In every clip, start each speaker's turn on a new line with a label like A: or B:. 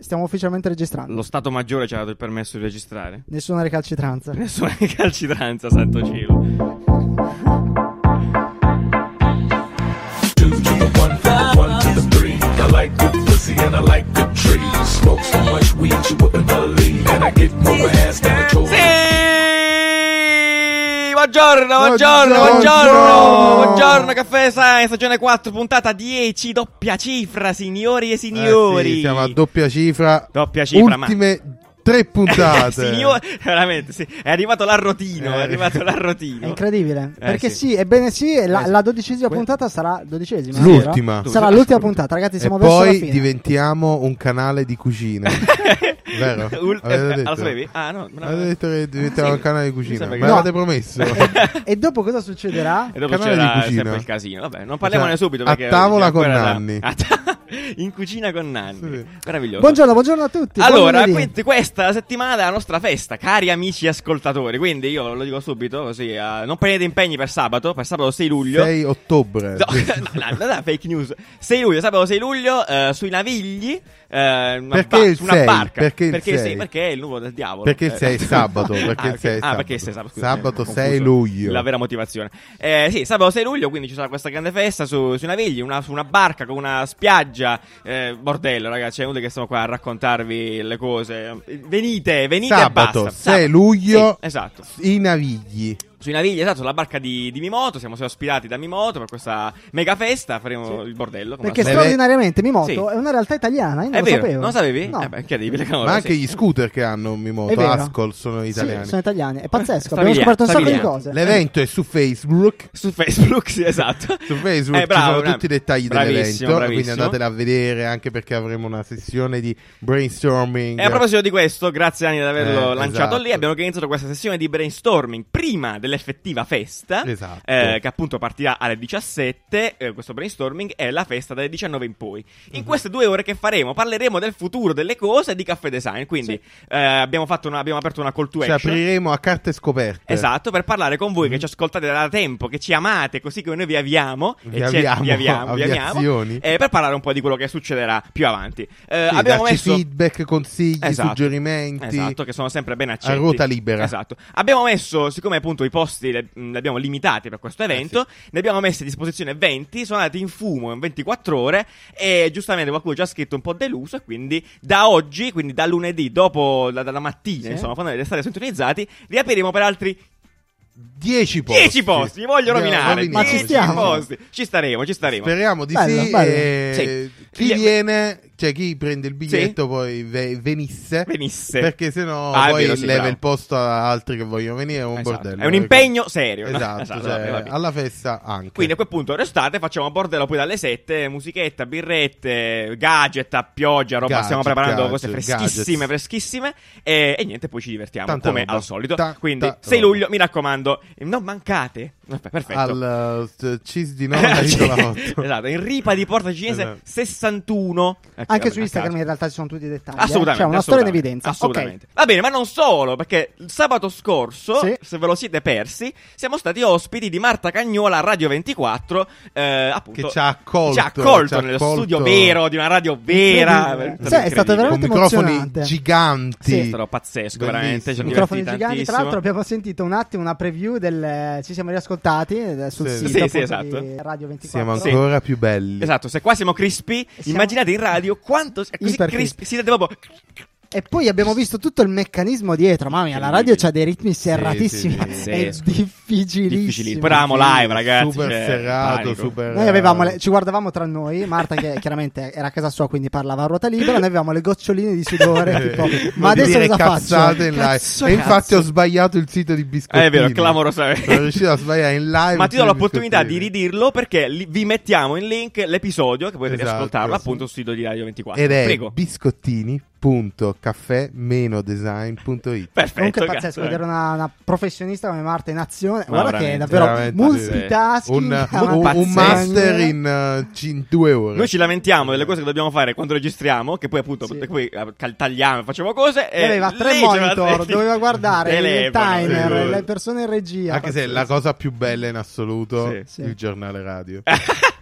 A: stiamo ufficialmente registrando.
B: Lo Stato Maggiore ci ha dato il permesso di registrare.
A: Nessuna recalcitranza.
B: Nessuna calcitranza, santo cielo.
C: Two to the one, one to the three. I like good pussy and I like good trees. Smoke so much weed you wouldn't believe. And I get more ass than a troll.
B: Sì! Buongiorno, buongiorno, buongiorno,
A: Buongiorno!
B: buongiorno, caffè Sai, stagione 4, puntata 10, doppia cifra, signori e
D: Eh
B: signori.
D: sì, siamo a doppia cifra.
B: Doppia cifra, ma-
D: Ultime tre puntate.
B: Signor- veramente, sì. È arrivato l'arrotino, è
D: Eh.
B: arrivato
A: È
B: l'arrotino.
A: incredibile. perché
B: sì.
A: sì. ebbene sì, e la,
B: Eh sì.
A: la dodicesima
B: Que-
A: puntata sarà dodicesima.
D: L'ultima.
A: vero? Sarà l'ultima puntata, ragazzi.
D: e
A: Siamo verso la
D: poi
A: fine.
D: diventiamo un canale di cucina. Vero?
B: Ul-
D: Avete
B: eh,
D: detto?
B: lo sapevi? Ah, no, no.
D: Avete detto che diventiamo
B: Sì.
D: un canale di
B: Mi
D: cucina.
B: sembra
D: Me
B: che-
D: l'avete
A: No.
D: promesso.
A: E dopo cosa succederà?
B: E dopo
D: Canale di
B: c'era
D: cucina.
B: sempre il casino. Vabbè, non parliamone
D: Cioè,
B: subito.
D: a
B: Perché
D: tavola
B: ancora
D: con
B: la-
D: Nanni.
B: a ta- in cucina con Nanni.
D: Sì.
B: Meraviglioso.
A: Buongiorno, buongiorno a tutti. buon
B: Allora,
A: lunedì.
B: quindi questa settimana è la nostra festa, cari amici ascoltatori. Quindi io lo dico subito, così eh, non prendete impegni per sabato, per sabato 6 luglio.
D: 6 ottobre.
B: No, no, no, no, fake news. 6 luglio, sabato 6 luglio, eh, sui navigli, eh, una
D: Perché
B: ba-
D: il
B: su una
D: sei?
B: barca.
D: Perché il
B: il
D: sei?
B: sei? Perché è il numero del diavolo.
D: Perché il
B: Eh,
D: sei è sabato, perché il
B: ok.
D: sei è
B: Ah, perché il
D: sabato.
B: sei è sabato. scusa, mi
D: Sabato
B: ero
D: 6
B: confuso.
D: luglio.
B: La vera motivazione. Eh, sì, sabato 6 luglio, quindi ci sarà questa grande festa su, sui navigli, una, su una barca con una spiaggia, eh, bordello, ragazzi, è uno che stiamo qua a raccontarvi le cose. Venite, venite
D: Sabato
B: e basta.
D: 6 luglio.
B: Sì, esatto
D: I navigli.
B: sui navigli, esatto, la barca di, di Mimoto. Siamo stati ospitati da Mimoto per questa mega festa. Faremo il bordello. come
A: Perché
B: al
D: Beh,
B: solito.
A: straordinariamente Mimoto
B: Sì.
A: è una realtà italiana. Io non
B: è
A: lo
B: vero,
A: sapevo.
B: non sapevi?
A: No.
B: Eh beh, incredibile. cavolo,
D: Ma anche
B: sì.
D: gli scooter che hanno
A: È
D: Mimoto,
A: vero.
D: Ascol, sono
A: Sì,
D: italiani.
A: sono italiani.
B: Eh,
A: È pazzesco. Abbiamo
B: Stravigliano,
A: scoperto un sacco di
B: stravigliano.
A: cose.
D: L'evento è su Facebook.
B: Su Facebook, sì, esatto.
D: Su Facebook
B: Eh, bravo,
D: ci
B: bravo.
D: sono tutti i dettagli
B: Bravissimo,
D: dell'evento, quindi
B: bravissimo.
D: andatela a vedere anche perché avremo una sessione di brainstorming.
B: E a proposito di questo, grazie Anni di averlo
D: Eh,
B: lanciato
D: esatto.
B: lì, abbiamo organizzato questa sessione di brainstorming prima dell'effettiva festa,
D: Esatto.
B: eh, che appunto partirà alle 17, eh, questo brainstorming è la festa dalle 19 in poi. In
D: Mhm.
B: queste due ore che faremo parleremo del futuro delle cose e di caffè design, quindi eh, abbiamo, fatto una- abbiamo aperto una call to
D: ci
B: action.
D: apriremo a carte scoperte.
B: Esatto, per parlare con
D: Mhm.
B: voi che ci ascoltate da tempo, che ci amate, così come noi vi avviamo.
D: Vi
B: e ci-
D: avviamo,
B: vi avviamo, vi avviamo
D: avviazioni.
B: eh, per parlare un po' di quello che succederà più avanti. Eh,
D: Sì,
B: abbiamo
D: dacci
B: messo.
D: feedback, consigli,
B: Esatto.
D: suggerimenti.
B: Esatto, che sono sempre ben accetti.
D: A ruota libera.
B: Esatto. Abbiamo messo, siccome appunto i posti le, mh, li abbiamo limitati per
D: Eh
B: questo evento, ne abbiamo messi a disposizione 20, sono andati in fumo in 24 ore e giustamente qualcuno ci ha scritto un po' deluso e quindi da oggi, quindi da lunedì, dopo la, dalla mattina,
A: Sì.
B: insomma, quando restare sintonizzati, riapriremo per altri
D: 10 posti.
B: 10 posti, mi voglio
D: Andiamo
B: rovinare.
D: rovinati.
A: Ma ci
B: 10
A: stiamo?
B: posti. Ci staremo, ci staremo.
D: Speriamo di
A: Bello,
D: sì.
A: bello.
D: e
B: Sì.
D: Chi
B: Gli-
D: viene, cioè chi prende il biglietto poi ve- venisse.
B: Venisse.
D: Perché sennò
B: Ah, è
D: poi
B: vero, sì,
D: leva
B: bravo.
D: il posto a altri che vogliono venire. È un
B: Esatto.
D: bordello. eh, ecco.
B: È un impegno serio. no?
D: Esatto,
B: Esatto,
D: cioè,
B: vabbè, vabbè.
D: alla festa anche.
B: Quindi a quel punto restate, facciamo bordello poi dalle 7, musichetta, birrette, gadget a pioggia, roba,
D: Gadget,
B: stiamo preparando
D: gadget,
B: cose freschissime,
D: gadgets.
B: freschissime e, e niente, poi ci divertiamo
D: Tanta
B: come
D: roba.
B: al solito.
D: Tanta
B: Quindi
D: roba.
B: 6 luglio, mi raccomando, non mancate. Vabbè, perfetto.
D: al eh, cheese di nonna Isola 8.
B: esatto, in ripa di Porta Cinese
D: Esatto.
B: 61. Ecco,
A: Anche
B: vabbè,
A: su
B: a
A: Instagram
B: caso.
A: in realtà ci sono tutti i dettagli. eh.
B: Assolutamente.
A: C'è una storia in
B: assolutamente,
A: evidenza. Ok.
B: Assolutamente. Va bene, ma non solo, perché il sabato scorso,
A: Sì.
B: se ve lo siete persi, siamo stati ospiti di Marta Cagnola a Radio 24, eh, appunto,
D: Che ci ha accolto,
B: Ci ha accolto
D: ci ha
B: nello
D: accolto.
B: studio vero di una radio vera.
A: Incredibile. Sì,
B: È
A: è stato
B: incredibile.
D: Con
A: veramente
D: microfoni
A: emozionante.
D: giganti.
A: Sì,
B: È stato pazzesco,
D: Bellissimo.
B: veramente. Ci siamo
A: Microfoni
B: divertiti
A: giganti,
B: tantissimo.
A: tra l'altro abbiamo sentito un attimo una preview del eh, ci siamo riascoltati eh, sul
D: Sì.
A: sito
B: Sì, sì,
A: appunto, di
B: esatto.
A: Radio 24.
D: Siamo
B: Sì.
D: ancora più belli.
B: Esatto, se qua siamo crispy,
A: Siamo-
B: immaginate in radio quanto è così
A: Iper
B: crispy. Siete proprio
A: E poi abbiamo visto tutto il meccanismo dietro. Mamma mia, la radio c'ha dei ritmi serratissimi.
D: sì, sì.
A: È
B: Pazzesco. difficili.
A: difficilissimo.
B: Poi eravamo live, ragazzi.
D: Super
B: cioè,
D: serrato,
B: panico.
D: super.
A: Noi avevamo
D: eh,
A: le- cioè, ci guardavamo tra noi, Marta che chiaramente era a casa sua quindi parlava a ruota libera, noi avevamo le goccioline di sudore, tipo, ma
D: di
A: adesso
D: Eh, dire
A: cosa faccio?
D: cazzate in live.
B: Cazzo,
D: e infatti
B: cazzo. Eh,
D: ho sbagliato il sito di biscottini.
B: È vero,
D: Sono
B: clamorosamente.
D: riuscito a sbagliare in
A: Ah,
D: live.
B: Ma
D: il
B: ti
D: sito
B: do
D: di
B: l'opportunità di
D: biscottini.
B: ridirlo perché li- vi mettiamo in link l'episodio che potete
D: Esatto,
B: ascoltarlo
D: sì.
B: appunto sul sito di Radio 24.
D: Ed è
B: Prego.
D: biscottini.caffè-design.it.
B: Perfetto.
A: Comunque è
B: cazzo,
A: pazzesco
B: eh.
A: vedere una, una professionista come Marta in azione.
B: No,
A: Guarda che è
B: veramente,
A: davvero
D: veramente,
A: multitasking.
D: Un,
A: a
D: un- un
B: pazzesco.
D: master in, eh, ci- in due ore.
B: Noi ci lamentiamo delle cose che dobbiamo fare quando registriamo, che poi appunto
A: Sì.
B: che poi, eh, cal- tagliamo, facciamo cose. E
A: Lei aveva tre
B: lei
A: monitor,
B: sì.
A: doveva guardare il
B: Telefono,
A: timer,
D: sì.
A: le persone in regia.
D: Anche se la cosa più bella in assoluto
B: Sì.
A: Sì.
D: il giornale radio.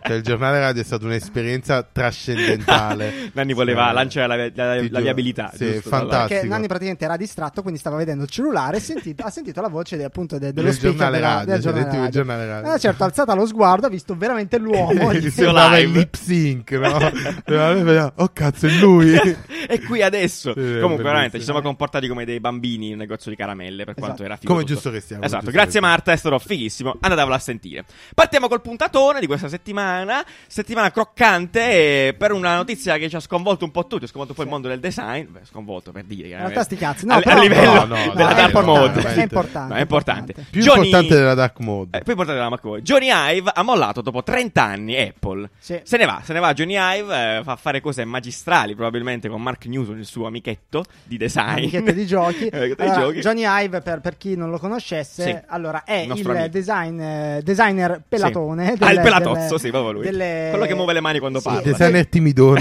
D: Cioè, il giornale radio è stata un'esperienza trascendentale.
B: Nanni voleva
D: Sì.
B: lanciare la- la-
D: Ti
B: la
D: giuro.
B: viabilità,
D: Sì,
B: giusto,
D: fantastico.
A: Perché Nanni praticamente era distratto, quindi stava vedendo il cellulare e senti- ha sentito la voce de- appunto de- dello
D: Del
A: speaker
D: giornale
A: della-
D: radio,
A: del
D: cioè,
A: giornale
D: del TV
A: radio.
D: giornale radio.
A: Eh, certo, ha alzato lo sguardo, ha visto veramente l'uomo.
D: Gli
A: lì.
B: Inizio
D: sembrava il
B: live.
D: lip sync, no? oh cazzo, è lui.
B: e qui adesso.
D: Sì, è
B: Comunque, veramente
D: bellissimo.
B: ci siamo comportati come dei bambini in un negozio di caramelle. Per
A: Esatto.
B: quanto era figo.
D: Come
B: tutto.
D: giusto che siamo.
B: Esatto,
D: giusto
B: grazie
D: che siamo.
B: Marta, è stato fighissimo. Andatevelo a sentire. Partiamo col puntatone di questa settimana. Settimana croccante eh, per una notizia che ci ha sconvolto un po' tutti. Ha sconvolto un po' il mondo del design. Beh, sconvolto per dire.
A: In realtà sti cazzi. No,
B: a, a
A: però-
B: livello
D: No, no, no,
B: della
A: è
B: dark
A: importante,
B: mode.
A: È importante.
B: No, è importante.
D: Più
B: Johnny-
D: importante della Dark Mode.
B: Eh, poi portate la Mac Mode. Johnny Ive ha mollato dopo 30 anni Apple.
A: Sì.
B: Se ne va, se ne va Johnny Ive, eh, fa fare cose magistrali probabilmente con Mark Newton, il suo amichetto di design.
A: Amichette di giochi.
B: Amichetto di
A: Allora,
B: giochi.
A: Johnny Ive, per, per chi non lo conoscesse,
B: Sì.
A: allora è
B: Il
A: il,
B: nostro amico.
A: design, eh, designer pelatone.
B: Ah, il pelatozzo, sì, proprio lui. Quello che muove le mani quando parla.
D: Il designer timidone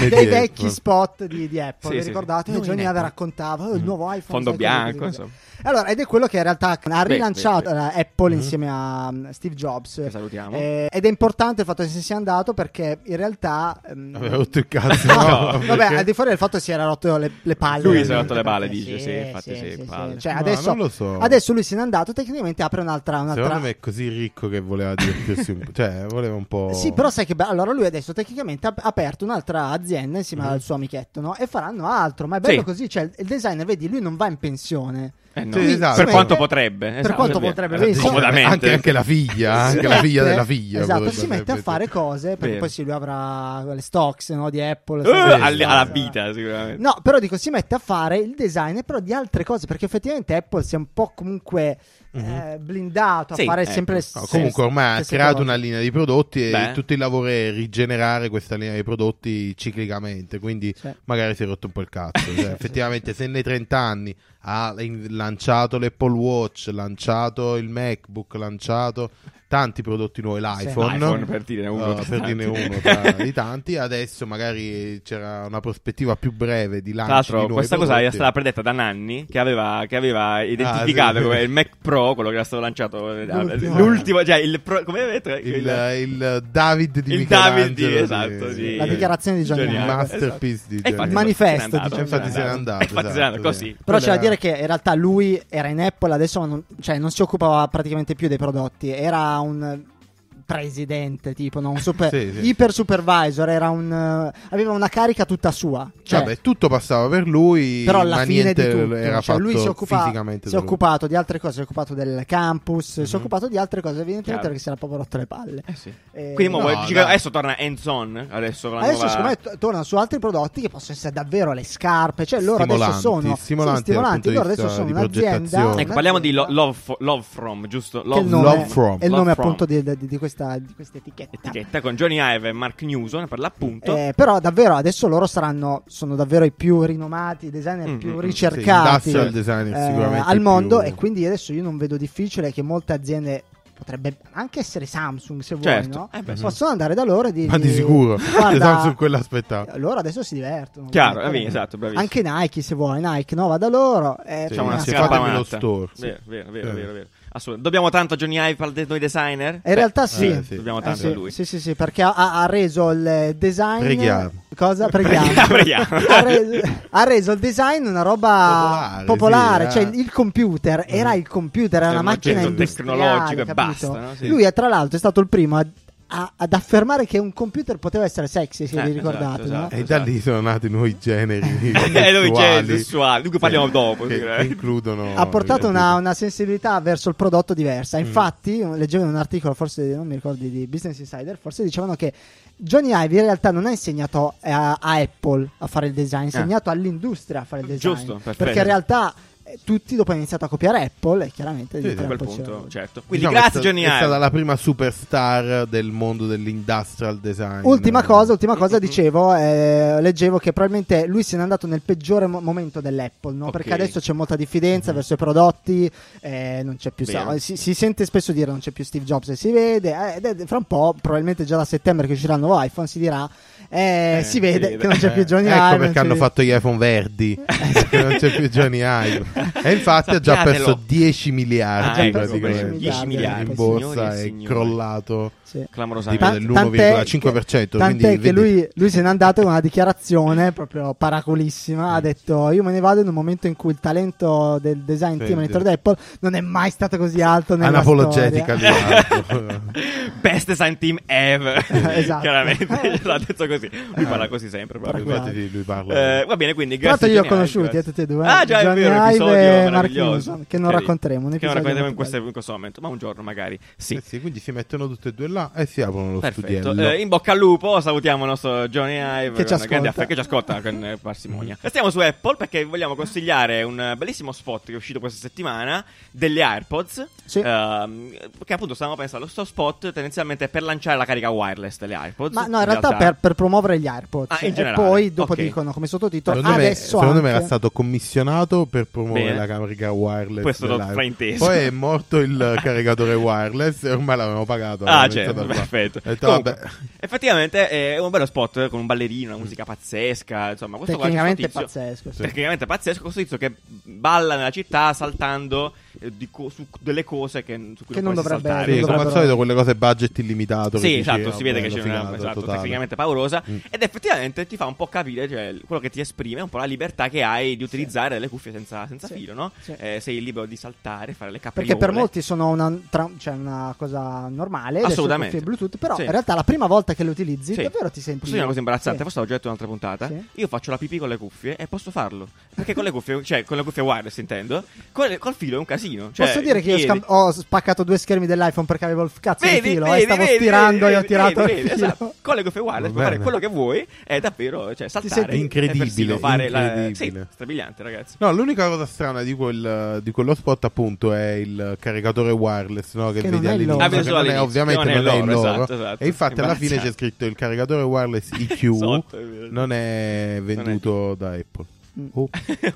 A: Eh, dei
D: di Apple.
A: vecchi spot di, di Apple,
B: Sì,
A: vi
B: sì,
A: ricordate?
B: sì.
A: Che Johnny
B: Noi
A: Ive
B: in Apple. Mm.
A: raccontava "Oh, il nuovo iPhone
B: Fondo
A: sai, cose
B: bianco,
A: così".
B: insomma.
A: Allora, ed è quello che in realtà ha
B: Beh,
A: rilanciato
B: beh, Mm-hmm.
A: eh, Apple insieme a mm, Steve Jobs.
B: Che salutiamo.
A: Eh, ed è importante il fatto che si sia andato perché in realtà ehm,
D: Aveva rotto il cazzo.
A: No,
B: No,
A: vabbè, al di fuori del fatto si era rotto le, le palle. Eh,
B: Lui si era rotto le palle,
A: Perché-
B: dice, sì, infatti sì, palle.
A: Cioè,
D: No,
A: adesso,
D: non lo so.
A: adesso lui se n'è andato, tecnicamente apre un'altra... un'altra...
D: Secondo me è così ricco che voleva divertirsi un po'. Cioè, voleva un po'.
A: Sì, però sai che bello. Allora lui adesso tecnicamente ha ha aperto un'altra azienda insieme al suo amichetto, no? E faranno altro, ma è bello
B: Sì.
A: così, cioè il designer, vedi, lui non va in pensione.
B: Eh, no.
D: Sì,
A: Lui
D: esatto.
B: Per
A: smette-
B: quanto potrebbe.
A: Per
B: esatto,
A: quanto
B: sì.
A: potrebbe,
B: Esatto,
A: vedi, sì.
B: Comodamente.
D: Anche, anche la figlia,
A: Si
D: anche la figlia
A: mette-
D: della figlia. cioè,
A: Esatto,
D: potrebbe
A: si mette a
D: essere.
A: fare cose, perché
B: Vero.
A: poi sì, lui avrà le stocks, no? Di Apple.
B: Eh,
A: sai, queste
B: all-
A: cose.
B: alla vita, sicuramente.
A: No, però dico, si mette a fare il design, però di altre cose, perché effettivamente Apple si è un po' comunque eh, blindato a
B: Sì,
A: fare
B: ecco.
A: sempre le
D: Mhm. No,
A: stesse
D: comunque ormai ha
A: stesse
D: creato
A: cose.
D: una linea di prodotti e
B: Beh.
D: tutto il lavoro è rigenerare questa linea di prodotti ciclicamente, quindi
A: Sì.
D: magari si è rotto un po' il cazzo. Cioè, effettivamente se nei 30 anni ha in- lanciato l'Apple Watch, lanciato il MacBook, lanciato tanti prodotti nuovi, l'iPhone,
B: iPhone, per dire uno
D: eh,
B: tra
D: per dirne
B: tanti.
D: uno tra- di tanti, adesso magari c'era una prospettiva più breve di lancio.
B: Tra l'altro,
D: di nuovi
B: questa cosa
D: prodotti.
B: era stata predetta da Nanni, che aveva, che aveva identificato
D: Ah, sì.
B: come il Mac Pro, quello che era stato lanciato, eh,
A: L'ultimo.
B: l'ultimo, cioè il Pro, come avete detto?
D: il, eh, il David di
B: il
D: Michelangelo
B: David, di-
D: di-
B: esatto, di-
A: La dichiarazione di Johnny
D: il
A: Ive.
D: masterpiece di
B: E infatti
D: Johnny
A: Il
D: Ive.
A: manifesto,
B: se n'è andato,
A: diciamo.
B: se n'è
A: Infatti se n'è
D: andato,
B: E infatti se n'è andato,
D: esatto, sì.
B: così.
A: Però
D: Quella
A: c'è da
D: era-
A: dire che in realtà lui era in Apple, adesso ma non, cioè, non si occupava praticamente più dei prodotti, era un presidente tipo, no? un super,
D: Sì, sì.
A: iper supervisor, era un, eh, aveva una carica tutta sua. Cioè,
D: Vabbè, tutto passava per lui,
A: però alla
D: ma
A: fine di
D: niente
A: tutto,
D: era
A: cioè,
D: fatto
A: lui si, occupa-
D: fisicamente.
A: si è
D: da lui. Mhm.
A: occupato di altre cose, si è occupato del campus, si è occupato di altre cose, evidentemente
B: Chiaro.
A: perché si era proprio rotto le palle.
B: Eh sì.
A: Eh,
B: Quindi mo
D: no,
B: vuoi-
D: dai.
B: dici che adesso torna Enzon, adesso con la
A: Adesso
B: nuova...
A: secondo me t- tornano su altri prodotti che possono essere davvero le scarpe, cioè loro adesso
D: Stimolanti,
A: sono sì,
D: stimolanti dal punto di
A: loro adesso
D: vista
A: sono
D: di
A: un'azienda.
D: progettazione.
B: Ecco, parliamo di lo-
A: un'azienda-
B: love, Fo- Love From, giusto?
A: che è
B: Love,
A: il nome,
D: Love From.
A: è il nome
B: Love From.
A: appunto di, di- di questa, di questa etichetta.
B: Etichetta con Johnny Ive e Mark Newson, per l'appunto.
A: Eh, però davvero adesso loro saranno sono davvero i più rinomati, i designer
B: Mm, mm,
A: più
B: mm.
A: ricercati eh,
D: Sì, industrial designer sicuramente
A: al
D: più-
A: mondo e quindi adesso io non vedo difficile che molte aziende potrebbe anche essere Samsung se
B: Certo.
A: vuoi, no?
B: Eh, beh, sì.
A: Possono andare da loro e dire
D: Mm-hmm. Ma di sicuro, esatto,
A: "Guarda, eh,
D: Samsung quello aspettava.
A: loro adesso si divertono.
B: Chiaro,
A: guarda,
B: eh, beh, esatto, bravissimo.
A: Anche Nike se vuoi, Nike no, va da loro. eh,
D: Sì,
A: cioè,
B: Diciamo una
D: sì,
A: cazzo.
D: fatemi lo
B: strapamanata.
D: store.
B: Vero, vero, vero,
D: Sì.
B: vero, vero. Assolutamente. Dobbiamo tanto a Johnny Ive per noi designer?
A: Eh. In realtà sì.
D: eh, sì.
B: Dobbiamo
A: Eh,
B: tanto
A: sì,
B: a lui.
A: Sì, sì, sì, perché ha, ha reso il design.
D: Preghiamo.
A: Cosa? Preghiamo.
B: Preghiamo, preghiamo.
A: ha, reso, ha reso il design una roba
D: Popolare,
A: popolare.
D: sì,
A: cioè
D: eh. Mm.
A: il, il computer era il computer, era una
B: Era un
A: macchina
B: oggetto
A: industriale.
B: tecnologico e
A: capito?
B: basta, no? Sì.
A: Lui, è, tra l'altro, è stato il primo a- a- ad affermare che un computer poteva essere sexy, se
B: Eh,
A: vi ricordate,
B: esatto,
A: no?
B: esatto.
D: E da lì sono nati nuovi generi
B: Eh, noi generi
D: sessuali
B: sessuali, di cui parliamo dopo. eh.
D: che, che
B: sicuramente.
D: includono
A: ha portato una, una sensibilità verso il prodotto diversa.
B: Mm.
A: Infatti, leggevo in un articolo, forse non mi ricordo di Business Insider, forse dicevano che Johnny Ive in realtà non ha insegnato eh, a, a Apple a fare il design, ha insegnato all'industria a fare il design.
B: Eh. Giusto, perfetto.
A: perché in realtà eh, tutti dopo hanno iniziato a copiare Apple e chiaramente
D: Sì, sì,
B: A
A: dietro
B: quel
A: Apple
B: punto,
A: c'era-
B: certo. Quindi
D: Diciamo,
B: grazie
D: è sta-
B: Johnny
D: È stata
B: Ive.
D: la prima superstar del mondo dell'industrial design.
A: Ultima cosa, ultima cosa dicevo, eh, leggevo che probabilmente lui se n'è andato nel peggiore mo- momento dell'Apple, no?
B: Ok.
A: perché adesso c'è molta diffidenza verso i prodotti, eh, non c'è più,
B: Vero.
A: sa- si, si sente spesso dire non c'è più Steve Jobs e si vede, eh, ed è- fra un po', probabilmente già da settembre che uscirà il nuovo iPhone, si dirà, eh,
B: Eh,
A: si vede
B: si vede.
A: che non c'è più Johnny
D: ecco
A: Ive,
D: perché
A: non
D: hanno
A: c'è-
D: fatto gli iPhone verdi. perché non c'è più Johnny Ive. E infatti ha già
B: Sappiatelo.
D: perso 10 miliardi
B: Ah, ecco,
D: praticamente.
A: 10 miliardi,
D: in
B: signori
D: borsa
B: e
D: è
B: signori.
D: crollato
A: Sì.
D: tipo
A: Tan-
B: Clamorosamente.
A: che- tant'è
D: dell'1,5%. quindi
A: che
D: vedi-
A: lui, lui se n'è andato con una dichiarazione proprio paracolissima. Ha
D: Mm.
A: detto: Io me ne vado in un momento in cui il talento del design
D: Sì,
A: team monitor
D: sì.
A: d'Apple non è mai stato così alto. Nella
D: Anapologetica
A: storia.
D: di alto.
B: Best design team ever.
A: Esatto.
B: Chiaramente, l'ha detto così. Lui parla così sempre. proprio.
A: Tranquillo.
D: Infatti lui parla.
B: Eh, va bene, quindi
A: Tra l'altro
B: grazie.
A: li ho
B: Johnny Ive,
A: conosciuti
B: grazie.
A: eh, tutti e due.
B: Ah, già, è
A: Johnny
B: vero, un
A: Ive
B: episodio
A: e Mark
B: meraviglioso.
A: Newson, che non
B: Carino.
A: racconteremo. Un
B: Che non
A: episodio
B: racconteremo
A: molto
B: in questo,
A: bello.
B: in questo momento, ma un giorno magari sì.
D: Eh sì, quindi si mettono tutte e due là e si aprono lo
B: Perfetto,
D: studiello.
B: Eh, in bocca al lupo, salutiamo il nostro Johnny Ive
A: Che ci
B: con una grande
A: ascolta. Mm-hmm.
B: affa- che ci ascolta con eh, parsimonia. Restiamo su Apple perché vogliamo consigliare un eh, bellissimo spot che è uscito questa settimana delle AirPods.
A: Sì.
B: ehm, che appunto stavamo pensando, sto spot tendenzialmente è per lanciare la carica wireless delle AirPods.
A: Ma no, in realtà per, per promuovere gli AirPods.
B: Ah, in
A: e
B: generale.
A: poi dopo
B: Ok.
A: dicono come sottotitolo.
D: Secondo, me,
A: adesso
D: secondo me
A: anche-
D: era stato commissionato per promuovere
B: Bene.
D: la carica wireless.
B: Questo l'ho
D: dell'iPhone.
B: frainteso.
D: Poi è morto il caricatore wireless e ormai l'avevano pagato.
B: Ah,
D: l'avevano
B: certo,
D: pensato qua.
B: perfetto.
D: Ho detto,
B: Comunque,
D: vabbè,
B: Effettivamente è un bello spot eh, con un ballerino, una musica pazzesca. Insomma, questo qua,
A: Tecnicamente
B: questo tizio-
A: pazzesco. sì.
B: Tecnicamente pazzesco. Questo tizio che balla nella città saltando eh, di co- su delle cose che, su cui
A: Che
B: non,
A: non
B: puoi
A: dovrebbe-
B: saltare.
D: sì, come al
A: dovrebbero-
D: solito quelle cose budget illimitato. che
B: Sì,
D: dici,
B: esatto,
D: "Ah,
B: si vede che c'è
D: bello,
B: una
D: figata,
B: esatto,
D: totale".
B: tecnicamente paurosa
D: Mm.
B: ed effettivamente ti fa un po' capire cioè, quello che ti esprime, è un po' la libertà che hai di utilizzare le cuffie senza, senza
A: Sì,
B: filo, no?
A: sì.
B: Eh, sei libero di saltare, fare le capriole.
A: Perché per molti sono una, tra- cioè una cosa normale, le
B: Assolutamente.
A: cuffie Bluetooth, però
B: Sì.
A: in realtà la prima volta che le utilizzi
B: Sì.
A: davvero ti senti...
B: Posso dire una cosa imbarazzante?
A: Sì.
B: Forse l'ho già detto in un'altra puntata.
A: Sì.
B: Io faccio la pipì con le cuffie e posso farlo. Perché con le cuffie, cioè con le cuffie wireless intendo, col, col filo è un casino. Cioè,
A: Posso dire che io
B: ieri-
A: scam- ho spaccato due schermi dell'iPhone perché avevo il cazzo
B: Vedi,
A: di filo
B: vedi,
A: e stavo
B: vedi,
A: stirando
B: vedi,
A: e ho
B: vedi,
A: tirato
B: vedi,
A: il filo.
B: esatto. Con le cuffie wireless puoi
D: Va
B: fare
D: bene.
B: quello che vuoi è davvero, cioè, saltare.
A: senti
B: e
D: incredibile,
B: persino fare
D: incredibile.
B: La... Sì, strabiliante, ragazzi.
D: No, l'unica cosa strana di, quel, di quello spot appunto è il caricatore wireless no, che,
A: Che non
D: vedi
A: è il
D: all'inizio.
A: loro.
D: che
A: Ah,
B: penso
D: non è-
B: all'inizio,
D: ovviamente non è il loro.
B: esatto, esatto.
D: E infatti alla fine c'è
B: Imbarazzante.
D: scritto il caricatore wireless IQ
B: Sotto, Esatto, è vero.
D: non è venduto da Apple.
A: Mm.
D: Oh.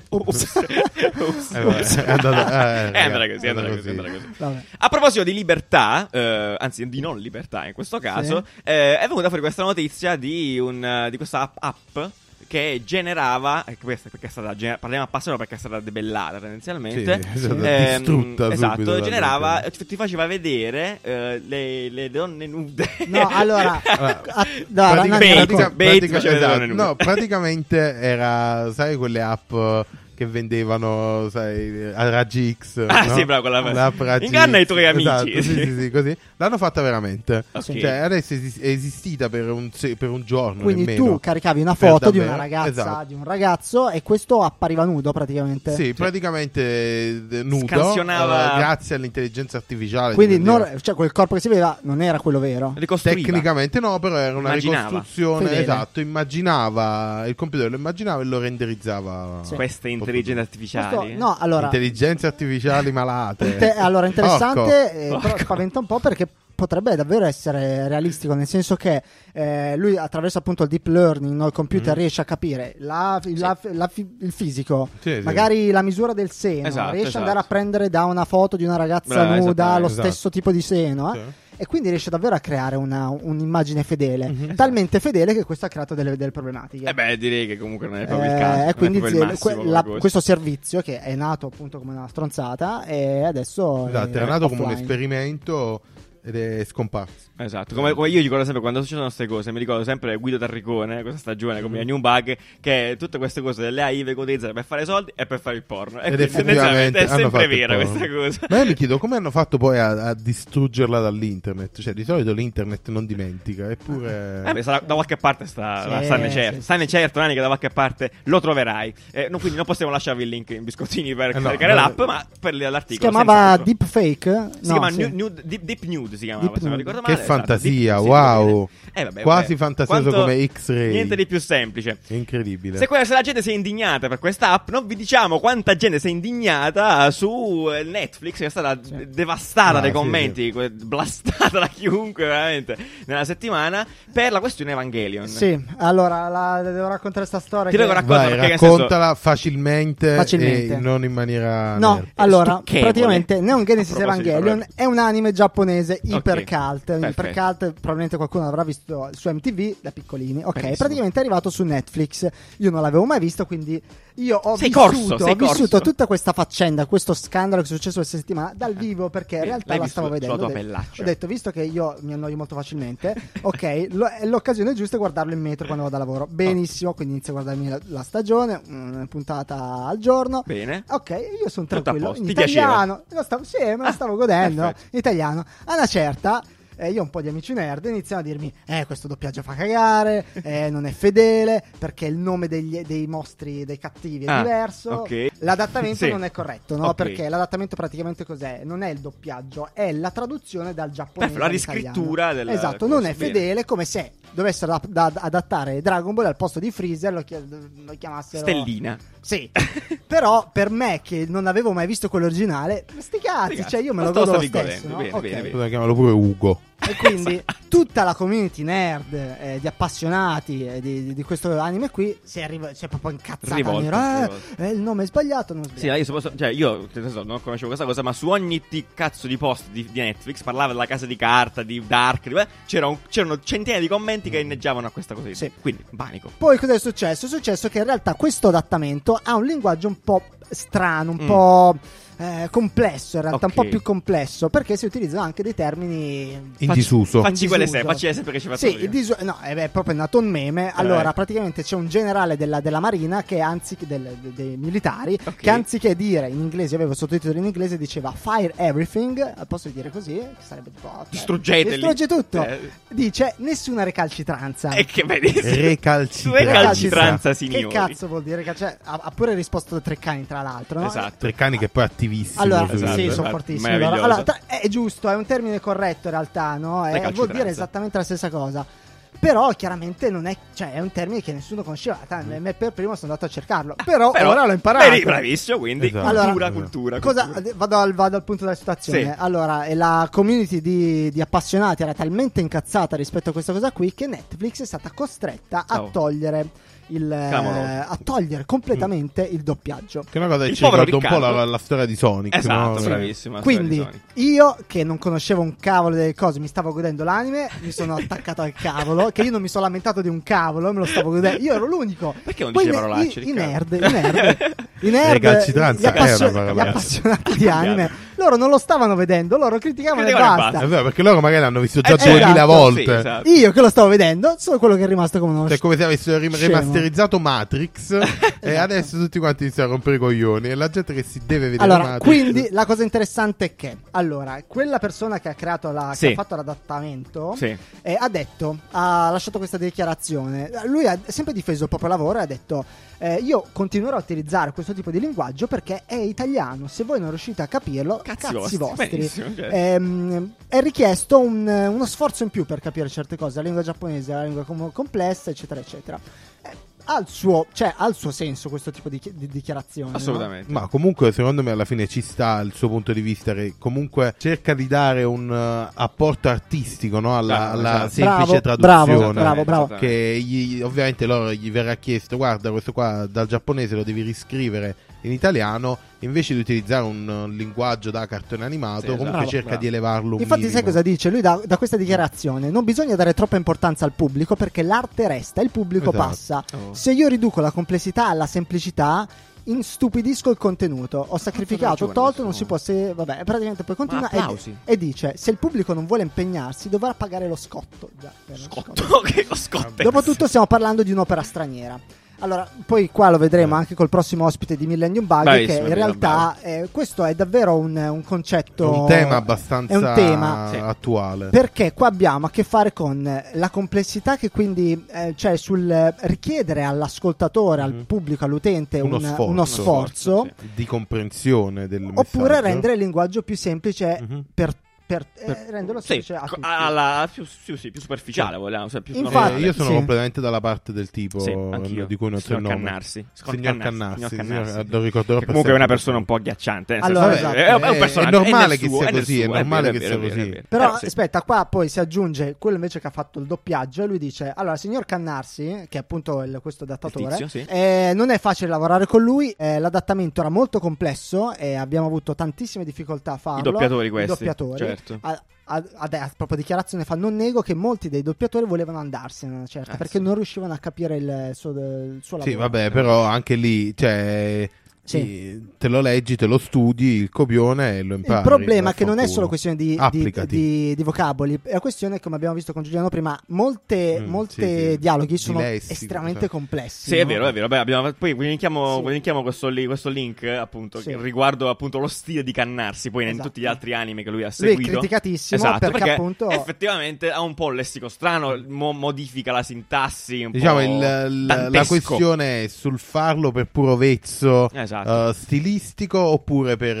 B: Ups. Ups.
D: Eh, vabbè, è andato- eh,
B: Eh, andrà così,
D: ragazzi,
B: andrà
D: andrà
B: così,
D: così.
B: andrà così.
A: Vabbè.
B: A proposito di libertà, eh, anzi di non libertà in questo caso, eh, è venuta fuori questa notizia di, un, eh, di questa app, app che generava, eh, questa perché è stata, gener- parliamo a passato perché è stata debellata tendenzialmente,
D: Sì, è stata
B: Ehm,
D: distrutta subito
B: esatto,
D: dalla
B: generava,
D: gente.
B: ti ti faceva vedere eh, le, le donne nude.
A: No, allora...
D: Allora,
A: a- no,
D: Pratica-
A: Nanni,
B: Bait,
A: racconta.
D: pratica-
B: Bait
D: pratica-
B: faceva vedere
D: esatto.
B: le nude.
D: No, praticamente era, sai, quelle app eh, che vendevano, sai, a raggi X.
B: Ah,
D: no?
B: sì, bravo, quella-
D: L'app raggi
B: Inganna
D: X.
B: i tuoi amici.
D: Esatto, sì, sì, sì, così. L'hanno fatta veramente.
B: Ok.
D: Cioè, adesso è esi- è esistita per un, se- per un giorno.
A: Quindi
D: nemmeno.
A: tu caricavi una
D: Per
A: foto di una
D: davvero.
A: ragazza,
D: Esatto.
A: di un ragazzo e questo appariva nudo praticamente.
D: Sì, praticamente eh, nudo.
B: Cioè, Scansionava-
D: eh, grazie all'intelligenza artificiale.
A: Quindi
D: rendeva-
A: non- cioè, quel corpo che si vedeva non era quello vero.
B: Ricostruiva.
D: Tecnicamente no, però era una
B: Immaginava.
D: ricostruzione.
A: Fedele.
D: Esatto, immaginava il computer lo immaginava e lo renderizzava.
A: Sì.
B: Queste intelligenze artificiali.
A: Questo- no, allora,
D: Intelligenze artificiali malate.
A: Te- allora, interessante, eh,
B: Porco.
A: però spaventa un po' perché potrebbe davvero essere realistico, nel senso che eh, lui attraverso appunto il deep learning, no, il computer
D: Mm.
A: riesce a capire la- la- la fi- il fisico,
D: Sì, sì.
A: magari la misura del seno,
B: Esatto,
A: riesce ad
B: esatto.
A: andare a prendere da una foto di una ragazza
B: Brava,
A: nuda
B: esattamente,
A: lo
D: esatto.
A: stesso tipo di seno. eh,
D: Sì.
A: E quindi riesce davvero a creare una- un'immagine fedele,
D: Mhm.
A: talmente fedele che questo ha creato delle, delle problematiche.
B: Eh beh, direi che comunque non è
A: Eh,
B: proprio il caso. non
A: e
B: è
A: quindi
B: proprio il
A: se-
B: massimo,
A: que- la-
B: proprio.
A: questo servizio che è nato appunto come una stronzata e adesso
D: Esatto,
A: è
D: era nato come un
A: offline.
D: esperimento ed è scomparso.
B: Esatto, come, come io ricordo sempre quando succedono queste cose, mi ricordo sempre Guido Tarricone, questa stagione
A: Mm.
B: con New Bug, che tutte queste cose delle AI vengono utilizzate per fare soldi e per fare il porno. E
D: Ed
B: quindi tendenzialmente
D: effettivamente
B: è
D: hanno fatto
B: sempre
D: il
B: vera
D: porno.
B: questa cosa.
D: Ma io mi chiedo come hanno fatto poi a, a distruggerla dall'internet. Cioè, di solito l'internet non dimentica, eppure.
B: Eh beh, sarà- da qualche parte sta,
A: Sì,
B: la- stanne
A: sì,
B: certo,
A: sì.
B: stanne certo, Nani, che da qualche parte lo troverai. Eh, no, quindi non possiamo lasciarvi il link in biscottini per
D: Eh no,
B: caricare
D: eh,
B: l'app, ma per
A: Si
B: l'articolo.
A: chiamava
B: senz'altro.
A: Deepfake? No,
B: Si chiama
A: sì.
B: Nude- Nude- Deep, Deep Nude si chiamava,
A: Deep
B: se non
A: Nude.
B: ricordo
D: Che
B: male. esatto,
D: fantasia,
B: Deep- sì,
D: wow.
B: eh, vabbè,
D: Quasi
B: vabbè.
D: fantasioso
B: Quanto-
D: come X-Ray.
B: Niente di più semplice.
D: È incredibile.
B: Se, quella, se la gente si è indignata per questa app, non vi diciamo quanta gente si è indignata su eh, Netflix, che è stata d- devastata
D: Ah,
B: dai
D: sì,
B: commenti, que- blastata da chiunque veramente nella settimana per la questione Evangelion.
A: Sì, allora la, devo raccontare sta storia.
B: Ti
A: che-
B: devo raccontare-
D: Vai,
B: perché nel
D: raccontala facilmente,
A: Facilmente.
D: e non in maniera.
A: No,
D: nerd.
A: allora,
B: stucchevole.
A: praticamente Neon Genesis
B: A proposito di
A: Evangelion
B: problemi.
A: è un anime giapponese
B: Ok,
A: ipercult.
B: perfetto.
A: Ipercult, probabilmente qualcuno l'avrà visto su MTV da piccolini. Ok,
B: Benissimo.
A: praticamente è arrivato su Netflix. Io non l'avevo mai visto, quindi Io ho
B: Sei
A: vissuto,
B: corso,
A: ho
B: sei corso.
A: vissuto tutta questa faccenda, questo scandalo che è successo questa settimana dal vivo perché in
B: Sì,
A: realtà
B: Eh, l'hai
A: la
B: visto
A: stavo
B: sulla
A: vedendo.
B: tua
A: ho detto-
B: pellaccia.
A: Ho detto, visto che io mi annoio molto facilmente, ok, lo- è l'occasione giusta è guardarlo in metro quando vado a lavoro. Benissimo, quindi inizio a guardarmi la, la stagione, una puntata al giorno.
B: Bene.
A: Ok, io sono
B: Tutto a
A: tranquillo.
B: posto,
A: In
B: ti piaceva?
A: italiano, lo stavo, sì, me la
B: Ah,
A: stavo godendo.
B: perfetto.
A: In italiano, a una certa. eh, io ho un po' di amici nerd iniziano a dirmi: Eh, questo doppiaggio fa cagare, eh, non è fedele perché il nome degli- dei mostri, dei cattivi è
B: Ah,
A: diverso.
B: ok.
A: L'adattamento
B: Sì.
A: non è corretto, no?
B: Ok.
A: Perché l'adattamento praticamente cos'è? Non è il doppiaggio, è la traduzione dal giapponese.
B: Perfetto, Eh, la
A: all'italiano.
B: riscrittura del-
A: Esatto,
B: del
A: non
B: coso,
A: è
B: bene.
A: fedele come se dovessero ad- ad- adattare Dragon Ball al posto di Freezer, lo, chia- lo chiamassero.
B: Stellina.
A: Sì, però per me che non avevo mai visto quello originale, sti cazzi,
B: Ragazzi,
A: cioè io me
B: ma
A: lo
B: te lo
A: godo lo
B: stavi godendo,
A: stesso. no?
B: bene,
A: Ok.
B: bene, Esatto. bene.
D: Poteva chiamarlo pure Ugo.
A: E quindi tutta la community nerd eh, di appassionati eh, di, di questo anime qui si è, arriva- si è proprio incazzata.
B: Rivolta,
A: nero, eh,
B: rivolta.
A: eh, il nome è sbagliato, non
B: Sì,
A: sbagliato.
B: ma io, so- cioè, io nel senso, non conoscevo questa cosa, ma su ogni ti- cazzo di post di, di Netflix parlava della casa di carta, di Dark, di- eh, c'era un- c'erano centinaia di commenti
D: Mm.
B: che inneggiavano a questa cosa. lì.
A: Sì.
B: Quindi, panico.
A: Poi cosa è successo? È successo che in realtà questo adattamento ha un linguaggio un po' strano, un
B: Mm.
A: po' eh, complesso, in realtà un
B: Ok.
A: po' più complesso, perché si utilizzano anche dei termini
D: In
B: Facci-
D: disuso.
B: Facci quelle
A: disuso.
B: sei, facci le sei perché ci faccio
A: Sì,
B: io.
A: il disu- no, eh beh, è proprio nato un
B: Eh.
A: meme. Allora, praticamente c'è un generale della, della marina che anziché del- de- dei militari
B: Ok.
A: che anziché dire in inglese, io avevo sottotitoli in inglese, diceva fire everything, al posto di dire così, che sarebbe tipo ok,
B: Distruggeteli.
A: distrugge tutto.
B: Eh.
A: Dice nessuna recalcitranza.
B: E che vedi? Esatto.
D: Recalcitrante.
B: Recalcitranza,
A: Che
B: signori.
A: cazzo vuol dire? Cioè, ha, ha pure risposto da Treccani, tra l'altro. No?
B: Esatto.
A: Ecco,
D: Tre cani che poi è attivissimo.
A: Allora,
D: su
B: Esatto,
A: sì,
D: Twitter.
A: sono
B: esatto.
A: fortissimi.
B: Meraviglioso.
A: Allora, Allora, tra- è giusto, è un termine corretto in realtà, no? È-
B: Recalcitranza.
A: vuol dire esattamente la stessa cosa. Però chiaramente non è, cioè, è un termine che nessuno conosceva. Tant- me per primo sono andato a cercarlo. Però,
B: Mm. Ah, Però-
A: ora l'ho imparato.
B: Vedi, bravissimo, quindi
D: Esatto.
B: cultura,
A: Allora,
B: cultura,
A: Cosa-
B: cultura.
A: vado, al, vado al punto della situazione.
B: Sì.
A: Allora, e la community di, di appassionati era talmente incazzata rispetto a questa cosa qui che Netflix è stata costretta a
B: Oh.
A: togliere il eh,
B: Cavolo.
A: a togliere completamente il doppiaggio.
D: Che è una cosa che
B: Il
D: ci
B: povero
D: ricorda un po'
B: Riccardo.
D: la, la storia di Sonic.
B: Esatto,
D: no?
B: bravissima.
A: Quindi
B: storia di Sonic.
A: io che non conoscevo un cavolo delle cose, mi stavo godendo l'anime, mi sono attaccato al cavolo, che io non mi sono lamentato di un cavolo, me lo stavo godendo. Io ero l'unico.
B: Perché non
A: Poi
B: dice
A: ne-
B: parolacce,
A: i, i nerd,
B: Riccardo?
A: i nerd, ecco, i nerd,
D: Recalcitranza
A: gli,
D: era
A: appassio-
D: una
A: gli
D: parola.
A: appassionati di anime, loro non lo stavano vedendo, loro criticavano e
B: Criticavano e
A: basta.
D: È vero, perché loro magari l'hanno visto già
B: Eh,
D: 2000
A: esatto,
D: volte.
B: sì, esatto.
A: Io che lo stavo vedendo, sono quello che è rimasto come uno
D: Cioè, è come se avessero rim-
A: Scemo.
D: remasterizzato Matrix e adesso tutti quanti iniziano a rompere i coglioni. E la gente che si deve vedere
A: Allora,
D: Matrix.
A: quindi la cosa interessante è che allora, quella persona che ha creato la, che
B: Sì.
A: ha fatto l'adattamento
B: Sì.
A: eh, ha detto, ha lasciato questa dichiarazione. Lui ha sempre difeso il proprio lavoro e ha detto: eh, Io continuerò a utilizzare questo tipo di linguaggio perché è italiano. Se voi non riuscite a capirlo,
B: Cazzi
A: cazzi,
B: vostri,
A: vostri.
B: benissimo, cioè.
A: Ehm, è richiesto un- uno sforzo in più per capire certe cose. La lingua giapponese è una lingua com- complessa, eccetera, eccetera. Eh, ha, il suo, cioè, ha il suo senso questo tipo di, chi- di dichiarazione. no?
B: Assolutamente.
D: Ma comunque, secondo me, alla fine ci sta il suo punto di vista. Che comunque cerca di dare un eh, apporto artistico no? alla,
B: Bravo,
D: alla
B: esatto.
D: semplice
A: Bravo,
D: traduzione.
A: bravo, bravo, bravo.
D: Che gli- ovviamente loro gli verrà chiesto: guarda, questo qua dal giapponese lo devi riscrivere in italiano. Invece di utilizzare un eh, linguaggio da cartone animato,
B: Sì, esatto.
D: comunque
A: Bravo,
D: cerca
B: bravo.
D: di elevarlo un
A: Infatti, sai
D: minimo.
A: cosa dice? Lui da, da questa dichiarazione non bisogna dare troppa importanza al pubblico perché l'arte resta, il pubblico
D: Esatto.
A: passa.
B: Oh.
A: Se io riduco la complessità alla semplicità, instupidisco il contenuto. Ho sacrificato, ho
B: ragione,
A: tolto, non
B: questo-
A: si può. Se, vabbè, praticamente poi continua.
B: applausi.
A: E, e dice: Se il pubblico non vuole impegnarsi, dovrà pagare lo scotto. Già, eh, lo
B: Scotto, che lo scotto.
A: Dopotutto, stiamo parlando di un'opera straniera. Allora, poi qua lo vedremo anche col prossimo ospite di Millennium Bug.
B: Bravissimo,
A: che in
B: Millennium
A: realtà eh, questo è davvero un, un concetto.
D: un tema abbastanza
A: È un tema.
B: Sì.
D: attuale.
A: Perché qua abbiamo a che fare con eh, la complessità che quindi eh, c'è sul eh, richiedere all'ascoltatore, al
D: Mhm.
A: pubblico, all'utente
D: Uno
A: un-
D: sforzo.
A: uno
D: Uno
A: sforzo,
B: sforzo,
D: di comprensione del
A: oppure
D: messaggio.
A: rendere il linguaggio più semplice
D: Mhm.
A: per, per, eh,
B: Per-
A: renderlo
B: sì,
A: semplice a
B: co-
A: tutti.
B: alla più, più- sì, più superficiale, vogliamo, cioè, più
A: Infatti-
D: Eh,
B: normale.
D: io sono
A: Sì.
D: completamente dalla parte del tipo
B: Sì,
D: eh,
B: anch'io.
D: di cui non so
B: Signor
D: il nome.
B: Cannarsi.
D: Signor Cannarsi,
B: Signor
D: signor-
B: Cannarsi, sì.
D: lo ricorderò
B: Che
D: per
B: comunque è
D: sempre.
B: una persona un po' agghiacciante. nel
A: Allora,
B: senso,
A: esatto,
B: è, è
D: Esatto. è-
B: un personaggio.
D: è normale
B: nel
D: che
B: suo,
D: sia
B: nel
D: così, è
B: suo,
D: normale
B: vero,
D: che
B: è vero,
D: sia
B: è vero,
D: così.
B: è vero.
A: Però
B: Eh, sì.
A: aspetta, qua poi si aggiunge quello invece che ha fatto il doppiaggio e lui dice, allora signor Cannarsi, che è appunto il- questo adattatore,
B: Il tizio, sì.
A: eh, non è facile lavorare con lui, eh, l'adattamento era molto complesso e abbiamo avuto tantissime difficoltà a farlo.
B: doppiatori questi,
A: doppiatori.
B: certo.
A: a, a- a- a proprio dichiarazione fa non nego che molti dei doppiatori volevano andarsene una certa
B: Eh,
A: perché
B: sì.
A: non riuscivano a capire il eh, suo, il suo lavoro
D: Sì, vabbè, però anche lì, cioè,
A: Sì.
D: eh, te lo leggi, te lo studi, il copione e lo impari.
A: il problema è che
D: vaffanculo.
A: non è solo questione di, di,
D: Applicati.
A: di- di vocaboli, è una questione, come abbiamo visto con Giuliano prima, molte,
D: Mm,
A: molti
D: sì, sì.
A: dialoghi
D: Di
A: sono
D: lessico,
A: estremamente
D: cioè.
A: complessi.
B: Sì, è
A: no?
B: vero, è vero. Beh, abbiamo- poi vi linkiamo,
A: Sì.
B: vi linkiamo questo, li- questo link eh, appunto
A: Sì.
B: che- riguardo appunto lo stile di Cannarsi poi in
A: Esatto.
B: tutti gli altri anime che lui ha
A: Lui è
B: seguito.
A: criticatissimo
B: Esatto,
A: perché,
B: perché,
A: appunto...
B: effettivamente ha un po' un lessico strano, mo- modifica la sintassi, un
D: Diciamo,
B: po'
D: il- il- la
B: dantesco.
D: questione è sul farlo per puro vezzo
B: Esatto.
D: eh, stilistico oppure per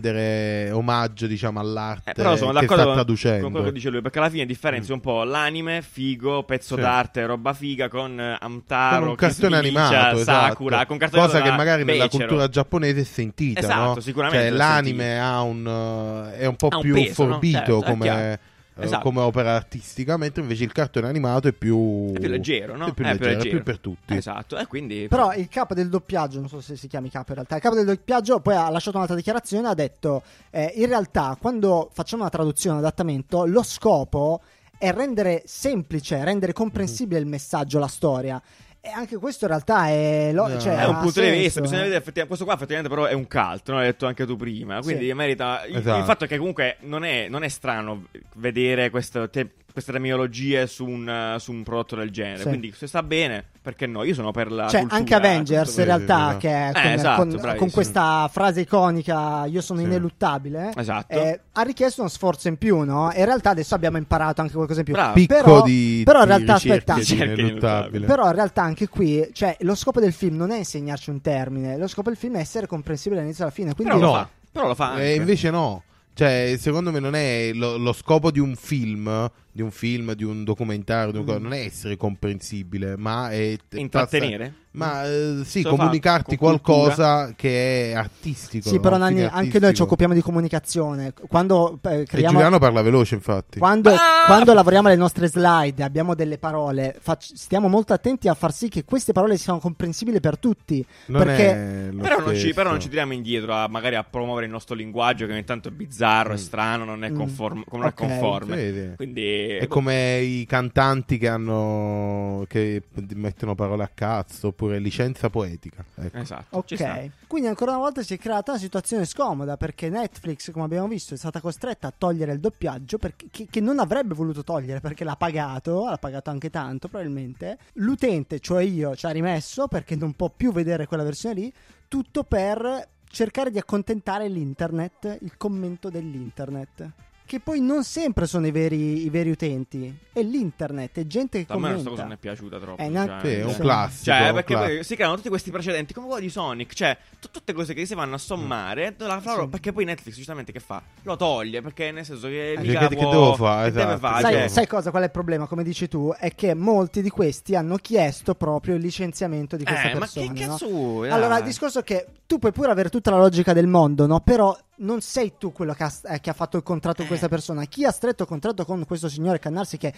D: rendere omaggio, diciamo, all'arte
B: Eh, però sono
D: che
B: d'accordo
D: sta
B: con-
D: traducendo. Mm.
B: con quello che dice lui, perché alla fine differenzia un po' l'anime, figo, pezzo
D: Sì.
B: d'arte, roba figa con eh, Amtaro,
D: con un
B: Kiss
D: cartone
B: Ninja,
D: animato, esatto.
B: cioè, Sakura, con cartone
D: cosa che
B: animato
D: magari nella
B: becero.
D: cultura giapponese è sentita,
B: Esatto,
D: no?
B: sicuramente
D: Cioè,
B: l'ho
D: l'anime ha un, eh, è un po'
B: Ha un
D: più
B: peso, no?
D: forbito
B: Certo, è
D: come,
B: chiaro.
D: eh,
B: Esatto.
D: come opera artistica, mentre invece il cartone animato è più,
B: È più leggero, no?
D: È più
B: Eh,
D: leggero, è più per tutti.
B: Esatto, e quindi
A: Però il capo del doppiaggio, non so se si chiami capo in realtà, il capo del doppiaggio poi ha lasciato un'altra dichiarazione, ha detto eh, in realtà quando facciamo una traduzione, un adattamento, lo scopo è rendere semplice, rendere comprensibile il messaggio, la storia. E anche questo in realtà è... lo-
D: No.
A: cioè,
B: è un
A: ha
B: punto di
A: senso. eh.
B: vista, bisogna vedere effettivamente, questo qua effettivamente però è un cult, no? l'hai detto anche tu prima, quindi
A: Sì.
B: merita il-
D: Esatto.
B: il fatto è che comunque non è, non è strano vedere questo te- queste terminologie su un, su un prodotto del genere,
A: Sì.
B: quindi se sta bene, perché no? Io sono per la
A: Cioè,
B: cultura, eh,
A: anche Avengers
B: tutto
A: in
D: questo.
A: realtà,
D: Sì,
A: che è
B: Eh,
A: con,
B: esatto,
A: con-
B: bravissimo.
A: con questa frase iconica, io sono
D: Sì.
A: ineluttabile,
B: Esatto.
A: eh, ha richiesto uno sforzo in più, no? E in realtà adesso abbiamo imparato anche qualcosa in più.
B: Bravo.
D: Picco
A: Però-
D: di,
A: però in
D: di
A: realtà,
D: ricerche
A: aspetta.
D: di
B: Ricerche di
D: ineluttabile.
A: Però in realtà anche qui, cioè, lo scopo del film non è insegnarci un termine, lo scopo del film è essere comprensibile dall'inizio alla fine. Quindi
B: Però, lo
D: No.
B: fa, però lo fa anche.
D: Eh, invece no. Cioè, secondo me non è lo, lo scopo di un film, di un film, di un documentario, di un-
A: Mm.
D: non è essere comprensibile, ma è
B: Intrattenere? Mm.
D: Ma eh, sì,
B: Cosa fa?
D: comunicarti
B: Con cultura?
D: qualcosa che è artistico.
A: sì,
D: no?
A: però
D: Fine
A: Nanni, anche
D: artistico.
A: noi ci occupiamo di comunicazione. Quando eh,
D: E
A: creiamo
D: Giuliano parla veloce, infatti.
A: Quando,
B: Ah!
A: quando lavoriamo alle nostre slide, abbiamo delle parole, fac- stiamo molto attenti a far sì che queste parole siano comprensibili per tutti.
D: Non
A: perché
D: è lo
B: Però non, ci,
D: stesso.
B: però non ci tiriamo indietro a, magari a promuovere il nostro linguaggio che ogni tanto è bizzarro, è
D: Mm.
B: strano, non è,
A: Mm.
B: conform- non è
A: Ok.
B: conforme.
D: Sì, sì.
B: Quindi, ecco.
D: È come i cantanti che hanno. che mettono parole a cazzo, oppure licenza poetica. Ecco.
B: Esatto, ci sta.
A: Ok, quindi ancora una volta si è creata una situazione scomoda perché Netflix, come abbiamo visto, è stata costretta a togliere il doppiaggio perché, che, che non avrebbe voluto togliere perché l'ha pagato, l'ha pagato anche tanto probabilmente. L'utente, cioè io, ci ha rimesso perché non può più vedere quella versione lì, tutto per cercare di accontentare l'internet, il commento dell'internet. Che poi non sempre sono i veri, i veri utenti, è l'internet, è gente che
B: A me questa
A: commenta.
B: cosa non è piaciuta troppo.
A: Eh,
D: Sì,
A: neanche-
B: cioè,
D: è un
A: Sì.
D: classico.
B: Cioè,
D: un
B: perché
D: classico.
B: poi si creano tutti questi precedenti, come quello di Sonic, cioè t- tutte cose che si vanno a
D: Mm.
B: sommare. la- la-
A: Sì.
B: Perché poi Netflix, giustamente, che fa? Lo toglie perché, nel senso, che
D: Cioè,
B: mica
D: che- che
B: può-
D: devo fare?
B: che deve
D: Esatto.
B: fare,
A: Sai,
B: cioè,
A: sai cosa? Qual è il problema? Come dici tu, è che molti di questi hanno chiesto proprio il licenziamento di questa
B: eh, ma
A: persona.
B: che
A: no?
B: cazzo Ah, eh. vuoi?
A: Allora,
B: dai.
A: il discorso è che tu puoi pure avere tutta la logica del mondo, no? Però non sei tu quello che ha, eh, che ha fatto il contratto con questa persona. Chi ha stretto il contratto con questo signore Cannarsi che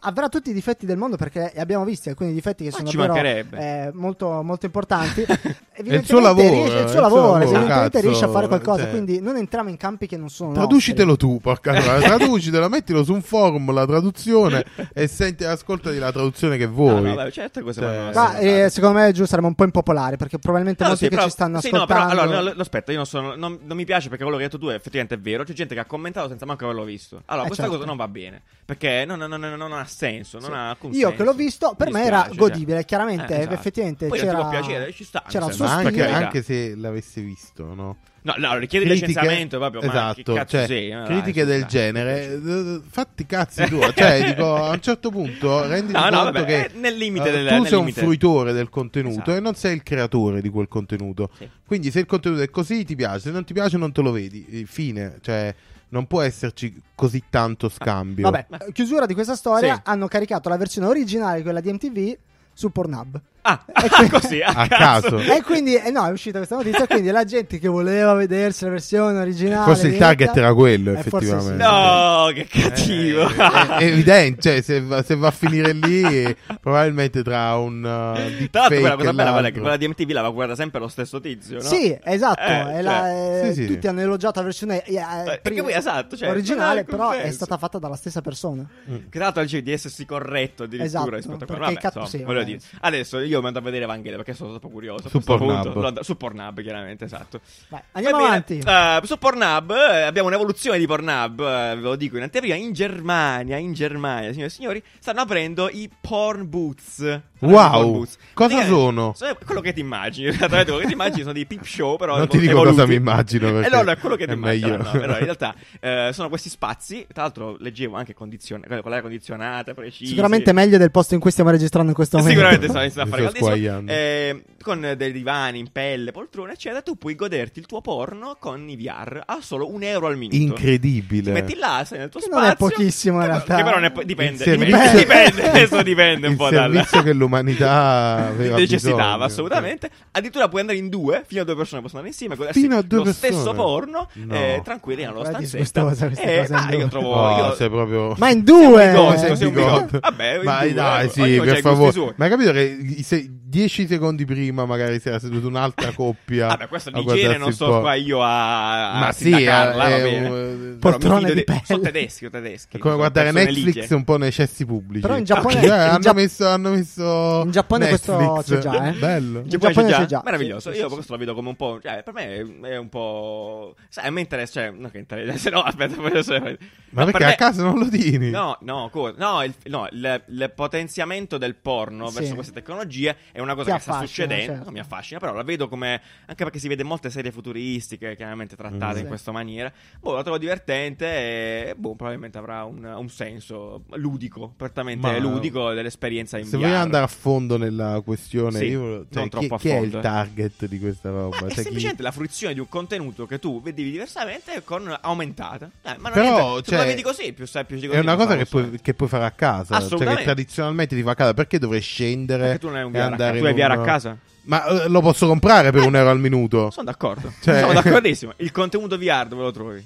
A: avrà tutti i difetti del mondo perché li abbiamo visti alcuni difetti che
B: Ma
A: sono
B: ci
A: davvero
B: mancherebbe.
A: eh, molto, molto importanti.
D: È il suo lavoro,
A: riesce- è il suo lavoro, evidentemente
D: cazzo,
A: riesce a fare qualcosa,
D: cioè.
A: quindi non entriamo in campi che non sono nostri.
D: Traducitelo tu, porca troia, traducitelo, mettilo su un forum la traduzione e senti, ascoltati la traduzione che
B: No,
D: vuoi.
B: no, vabbè, certo. certe cose
D: Cioè-
B: vanno
A: Ma
B: a sommare.
A: eh, secondo me Giù saremo un po' impopolari perché probabilmente
B: No,
A: molti
B: esatto. Ah, sì,
A: che
B: però-
A: ci stanno
B: sì,
A: ascoltando.
B: No, però allora, no, no, aspetta, io non, sono, non, non mi piace perché quello che hai detto tu è effettivamente è vero. C'è gente che ha commentato senza manco averlo visto. Allora,
A: Eh,
B: questa
A: certo.
B: cosa non va bene. Perché no, no, no, no, no, non ha senso. Non
A: Sì.
B: ha alcun
A: Io
B: senso.
A: che l'ho visto, per
B: Mi
A: me era
B: dispiace, cioè.
A: godibile. Chiaramente,
B: Eh, esatto.
A: effettivamente
B: Poi non
A: c'era.
B: ti può piacerere, ci sta,
A: c'era
B: mi
A: un suo
D: Ma
B: sembra.
D: anche,
A: stile.
B: carità.
D: anche se l'avessi visto, no?
B: No, no, allora, richiede il
D: Critiche-
B: licenziamento proprio. ma che
D: esatto,
B: cazzo
D: cioè,
B: sei? Ah, Ma dai,
D: critiche
B: su,
D: del
B: dai.
D: genere, eh, fatti i cazzi tu, cioè, dico, a un certo punto renditi
B: No, no,
D: conto
B: vabbè,
D: che
B: eh, nel limite
D: eh,
B: del-
D: tu
B: nel
D: sei un
B: limite.
D: fruitore del contenuto
B: Esatto.
D: e non sei il creatore di quel contenuto.
B: Sì.
D: Quindi se il contenuto è così ti piace, se non ti piace non te lo vedi, Eh, fine, cioè, non può esserci così
B: Ah,
D: tanto scambio.
A: Vabbè, chiusura di questa storia.
B: Sì.
A: Hanno caricato la versione originale, quella di MTV, su Pornhub.
B: Ah,
A: E que-
B: così, a,
D: A
B: caso.
D: caso.
A: E quindi, eh no, è uscita questa notizia. Quindi la gente che voleva vedersi la versione originale,
D: Forse il
A: diretta-
D: target era quello,
A: Eh, forse
D: effettivamente.
A: sì.
B: No,
D: Eh,
B: che cattivo.
D: È evidente, cioè, se, va, se va a finire lì, eh, probabilmente tra un uh,
B: Tra l'altro, quella
D: deepfake
B: cosa bella guarda,
D: e
B: che
D: l'altro.
B: quella di MTV la guarda sempre lo stesso tizio, no?
A: Sì, esatto.
B: Eh,
A: è la-
B: cioè,
A: eh,
D: sì, sì.
A: Tutti hanno elogiato la versione eh,
B: perché
A: prima-
B: poi, esatto, cioè,
A: originale,
B: non ha
A: però è
B: consenso.
A: stata fatta dalla stessa persona.
B: Che tra l'altro dice di essersi corretto addirittura
A: Esatto,
B: rispetto a quello.
A: perché
B: Vabbè,
A: cazzo
B: insomma,
A: sì,
B: voglio
A: vabbè.
B: dire. Adesso io mi andrò a vedere Evangelion perché sono troppo curioso. a
D: Su
B: questo
D: Pornhub.
B: punto. Lo andrò- Su Pornhub, chiaramente, esatto.
A: Vai, andiamo
B: Va bene,
A: avanti.
B: eh, su Pornhub eh, abbiamo un'evoluzione di Pornhub, eh, ve lo dico in anteprima, in Germania, in Germania, signori e signori, stanno aprendo i porn boots. Stanno aprendo i
D: Wow,
B: porn boots.
D: cosa
B: Praticamente
D: sono?
B: quello che ti immagini, esattamente quello che ti immagini sono dei peep show, però
D: Non ti dico
B: evoluti.
D: cosa mi immagino,
B: E
D: perché
B: loro è quello che ti
D: è
B: immagini,
D: meglio.
B: no, però in realtà eh, sono questi spazi, tra l'altro leggevo anche condizion- con l'aria condizionata, precisi.
A: Sicuramente meglio del posto in cui stiamo registrando in questo momento.
B: Sicuramente sono iniziato a
D: Mi
B: fare
D: sto
B: caldissimo.
D: squagliando.
B: Eh, con eh, dei divani in pelle, poltrone, eccetera. Tu puoi goderti il tuo porno con i VR a solo un euro al minuto. Ti
D: Incredibile.
B: metti là, sei nel tuo
A: Che non
B: spazio.
A: è pochissimo, in
B: che-
A: realtà.
B: Che però ne, dipende.
D: Il
B: Dipende,
A: servizio-
B: dipende, adesso Eh, dipende un
D: il
B: po' dalla.
D: servizio che l'umanità aveva
B: necessitava
D: bisogno.
B: assolutamente addirittura puoi andare in due fino a due persone possono andare insieme godersi
D: Fino a due
B: lo
D: persone?
B: stesso porno
D: No.
B: eh, tranquilli nella loro
A: Guarda, è
B: stanzetta
A: disgustosa questa
B: Eh,
A: cosa in
B: ah, io
A: due.
B: trovo
D: Oh,
B: io-
D: sei proprio...
A: Ma in due,
B: Sei un bigotto,
A: eh.
B: sei un bigotto. Vabbè, in
D: Ma
B: due,
D: dai,
B: eh,
D: sì,
B: ognuno ha
D: per
B: i gusti
D: favore.
B: suoi.
D: Ma hai capito che i- se 10 secondi prima magari si era seduta un'altra coppia.
B: Eh, Vabbè, questo
D: a
B: l'igiene
D: guardarsi
B: non
D: il
B: so
D: po'.
B: qua io a, a
D: Ma sì,
B: sindacarla,
D: eh,
B: va
D: è
B: bene.
D: un-
B: Però mi
A: poltrone
B: fido
A: di
B: dei-
A: pelle.
B: Sono tedeschi, sono tedeschi.
D: È come
B: sono
D: guardare
B: persone
D: Netflix
B: lighe.
D: un po' nei cessi pubblici.
A: Però in Giappone-
D: Eh, hanno,
A: in Gia-
D: messo, hanno messo
A: in Giappone questo
D: Netflix.
A: c'è già, eh.
D: Bello.
A: In
B: Che poi c'è
A: Giappone
B: già,
A: c'è già.
B: meraviglioso.
A: Sì, sì,
B: Io
A: sì,
B: questo la vedo come un po'. Cioè, per me è un po'. Sai, a me interessa. Cioè, non che interessa. Se no, aspetta, voglio sapere.
D: Ma
B: No,
D: perché
B: per
D: a caso non lo tieni?
B: No, no, co- no, il, no, il- il potenziamento del porno
A: Sì.
B: verso queste tecnologie è una cosa
A: Ti
B: che sta
A: affascina,
B: succedendo.
A: certo.
B: non Mi affascina, però la vedo come. Anche perché si vede molte serie futuristiche, chiaramente trattate
A: Mm.
B: in
A: Sì.
B: questa maniera. Boh, la trovo divertente e boh, probabilmente avrà un, un senso ludico, prettamente
D: Ma-
B: ludico dell'esperienza in
D: Se
B: VR.
D: vogliamo andare a fondo nella questione,
B: Sì,
D: io, cioè,
B: non
D: chi,
B: troppo a
D: chi è
B: fondo,
D: il
B: eh.
D: target di questa
B: Ma
D: roba?
B: è
D: Cioè, chi-
B: semplicemente la fruizione di un contenuto che tu vedevi diversamente con aumentata. Eh, ma non
D: Però,
B: niente, se
D: cioè,
B: la vedi così, più sai più
D: È una cosa che puoi, che puoi fare a casa. Cioè,
B: Assolutamente.
D: che tradizionalmente ti fa a casa. Perché dovrei scendere?
B: Perché tu non hai un
D: e
B: VR a
D: andare
B: casa. Tu hai
D: in un-
B: VR a casa?
D: Ma eh, lo posso comprare per un euro al minuto?
B: Sono d'accordo.
D: Cioè-
B: Sono d'accordissimo. Il contenuto VR dove lo trovi?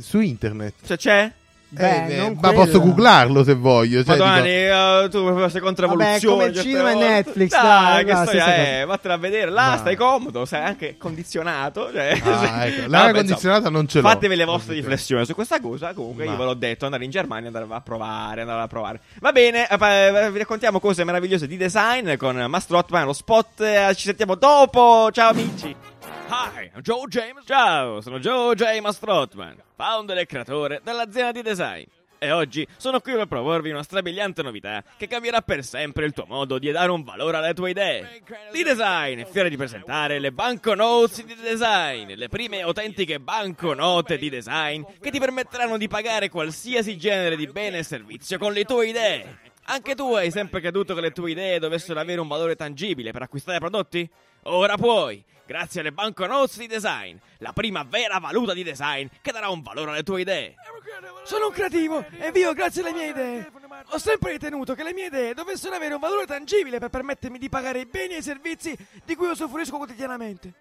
D: Su internet.
B: Cioè, c'è?
A: Beh,
D: Eh, eh,
A: non
D: ma
A: quello.
D: posso googlarlo se voglio. Cioè,
B: Madonna,
D: dico-
B: eh, tu queste controevoluzioni.
A: Vabbè, come il
B: certe
A: cinema e
B: volte.
A: Netflix, dai,
B: cioè, oh, Dai, che
A: no,
B: storia
A: stessa
B: è? Vattene a vedere. Là
D: Ma-
B: stai comodo, sei anche condizionato. Cioè,
D: Ah, ecco.
B: No,
D: L'aria
B: vabbè,
D: condizionata non ce l'ho.
B: Fatevi le vostre
D: Ovviamente.
B: riflessioni su questa cosa. Comunque,
D: Ma-
B: io ve l'ho detto: andare in Germania, andare a provare, andare a provare. Va bene, eh, pa- vi raccontiamo cose meravigliose di design con Mastro Hotman. Lo spot, eh, ci sentiamo dopo. Ciao, amici. Hi, I'm Joe James. Ciao, sono Joe J. Mastrotman, founder e creatore dell'azienda di design. E oggi sono qui per proporvi una strabiliante novità che cambierà per sempre il tuo modo di dare un valore alle tue idee. Di Design è fiero di presentare le banconotes di design, le prime autentiche banconote di design che ti permetteranno di pagare qualsiasi genere di bene e servizio con le tue idee. Anche tu hai sempre creduto che le tue idee dovessero avere un valore tangibile per acquistare prodotti? Ora puoi, grazie alle banconotes di design, la prima vera valuta di design che darà un valore alle tue idee. Sono un creativo e vivo grazie alle mie idee. Ho sempre ritenuto che le mie idee dovessero avere un valore tangibile per permettermi di pagare i beni e i servizi di cui usufruisco quotidianamente.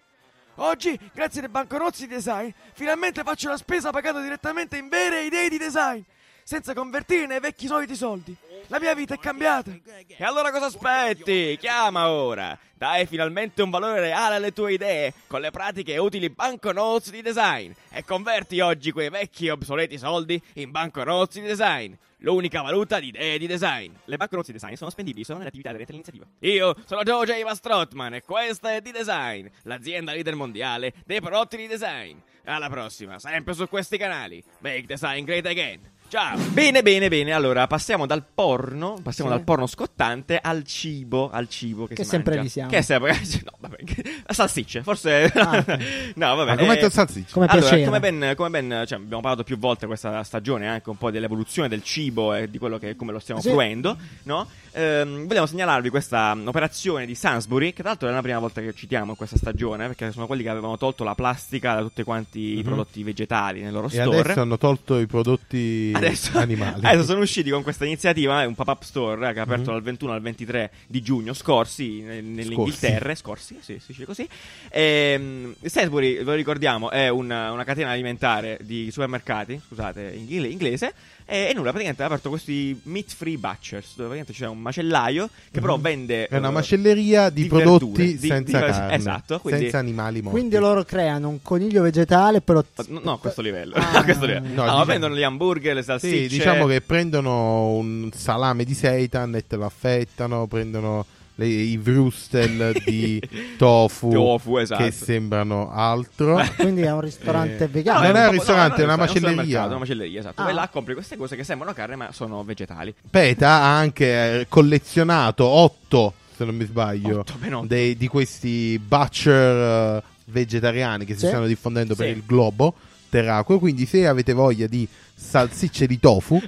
B: Oggi, grazie ai banconozzi di design, finalmente faccio la spesa pagando direttamente in vere idee di design, senza convertire nei vecchi soliti soldi. La mia vita è cambiata. E allora cosa aspetti? Chiama ora! Dai finalmente un valore reale alle tue idee con le pratiche e utili banconotes di design e converti oggi quei vecchi e obsoleti soldi in banconotes di design. L'unica valuta di idee di design. Le banconotes di design sono spendibili solo nell'attività delle dell'iniziativa. Io sono Joe J. Strotman e questa è di design, l'azienda leader mondiale dei prodotti di design. Alla prossima, sempre su questi canali. Make design great again. Ciao. Bene, bene, bene. Allora, passiamo dal porno, passiamo
A: Sì.
B: dal porno scottante al cibo, al cibo che,
A: Che
B: si
A: sempre
B: mangia.
A: lì siamo.
B: Che è sempre no, vabbè. Salsicce, forse
A: Ah,
B: No, vabbè.
D: Ma come
B: eh,
D: salsiccia?
A: Come
B: allora,
A: piaceva.
B: come ben, come ben cioè, abbiamo parlato più volte questa stagione anche un po' dell'evoluzione del cibo e di quello che come lo stiamo
A: Sì.
B: fruendo, no? Ehm, vogliamo segnalarvi questa mm, operazione di Sainsbury, che tra l'altro è la prima volta che citiamo in questa stagione, perché sono quelli che avevano tolto la plastica da tutti quanti i
D: Mhm.
B: prodotti vegetali nel loro
D: E
B: store.
D: adesso hanno tolto i prodotti
B: adesso,
D: animali. Mm-hmm.
B: adesso sono usciti con questa iniziativa, è un pop-up store eh, che ha aperto dal 21 al 23 di giugno scorsi ne- nell'Inghilterra, scorsi, sì, si dice così. Ehm, Sainsbury, ve lo ricordiamo, è una, una catena alimentare di supermercati, scusate, inghil- inglese, e, e nulla, praticamente ha aperto questi meat-free butchers, dove praticamente c'è un macellaio che però vende...
D: Mm-hmm. È una
B: eh,
D: macelleria di,
B: verdure,
D: prodotti
B: di-
D: senza
B: di-
D: carne,
B: Esatto, quindi...
D: senza animali morti.
A: Quindi loro creano un coniglio vegetale, però.
B: No, no, a questo livello.
A: Ah.
B: a questo livello.
D: No,
B: No,
D: diciamo-
B: vendono gli hamburger, le salsicce.
D: Sì, diciamo che prendono un salame di seitan e te lo affettano, prendono le- i vrustel di tofu,
B: Tofu, esatto.
D: che sembrano altro.
A: Quindi è un ristorante
D: Eh,
A: vegano.
D: non è un
B: proprio-
D: ristorante,
B: no,
D: è
B: no,
D: una
B: un
D: macelleria.
B: supermercato, Una macelleria, esatto.
A: Ah.
B: Dove là compri queste cose che sembrano carne, ma sono vegetali.
D: Peta ha anche eh, collezionato 8, se non mi sbaglio,
B: Otto, ben otto.
D: dei- di questi butcher eh, vegetariani che si
A: Sì.
D: stanno diffondendo per
B: Sì.
D: il globo terracqueo. Quindi, se avete voglia di salsicce di tofu,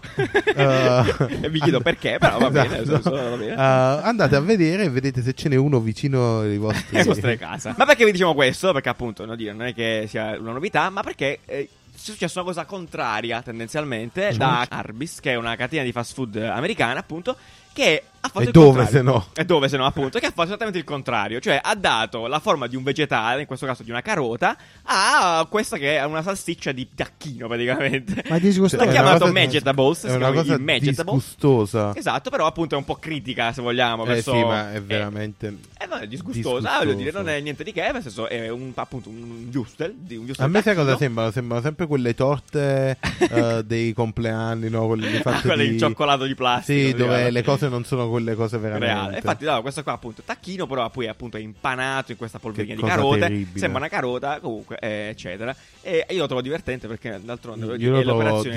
B: E vi chiedo perché, però va bene, nel senso, va bene.
D: eh, andate a vedere e vedete se ce n'è uno vicino ai vostri.
B: Alle vostre case. Ma perché vi diciamo questo? Perché appunto, non, dire, non è che sia una novità, ma perché... eh, è successa una cosa contraria tendenzialmente
D: Cioè?
B: da Arbis, che è una catena di fast food americana, appunto, che ha fatto
D: E
B: il
D: dove
B: contrario.
D: se no?
B: E dove se no, appunto, che ha fatto esattamente il contrario, cioè ha dato la forma di un vegetale, in questo caso di una carota, a questa che è una salsiccia di tacchino praticamente.
A: Ma è disgustoso. L'ha
B: L'ha
D: Cioè, è una
B: chiamato
D: cosa-
B: Vegetables, si
D: È una
B: chiama
D: cosa
B: il Vegetables.
D: disgustosa.
B: Esatto, però appunto è un po' critica, se vogliamo,
D: Eh
B: verso...
D: sì, ma è
B: eh,
D: veramente.
B: eh, no, è disgustosa, ah, voglio dire, non è niente di che, nel senso è un, appunto un giustel, di un giustel
D: A me sai
B: tacchino.
D: cosa sembrano? Sembrano sempre quelle torte eh, dei compleanni, no? Quelle di
B: Ah,
D: fatte
B: quella
D: di...
B: di cioccolato di plastica.
D: Sì,
B: mi
D: dove
B: ricordo.
D: le cose non sono quelle cose veramente.
B: Reale. Infatti, no, questo qua appunto è tacchino, però poi appunto è impanato in questa polverina di
D: cosa
B: carote.
D: terribile.
B: Sembra una carota, comunque, eh, eccetera. E io lo trovo divertente perché d'altronde
D: Io
B: voglio
D: lo
B: dire, è
D: trovo
B: l'operazione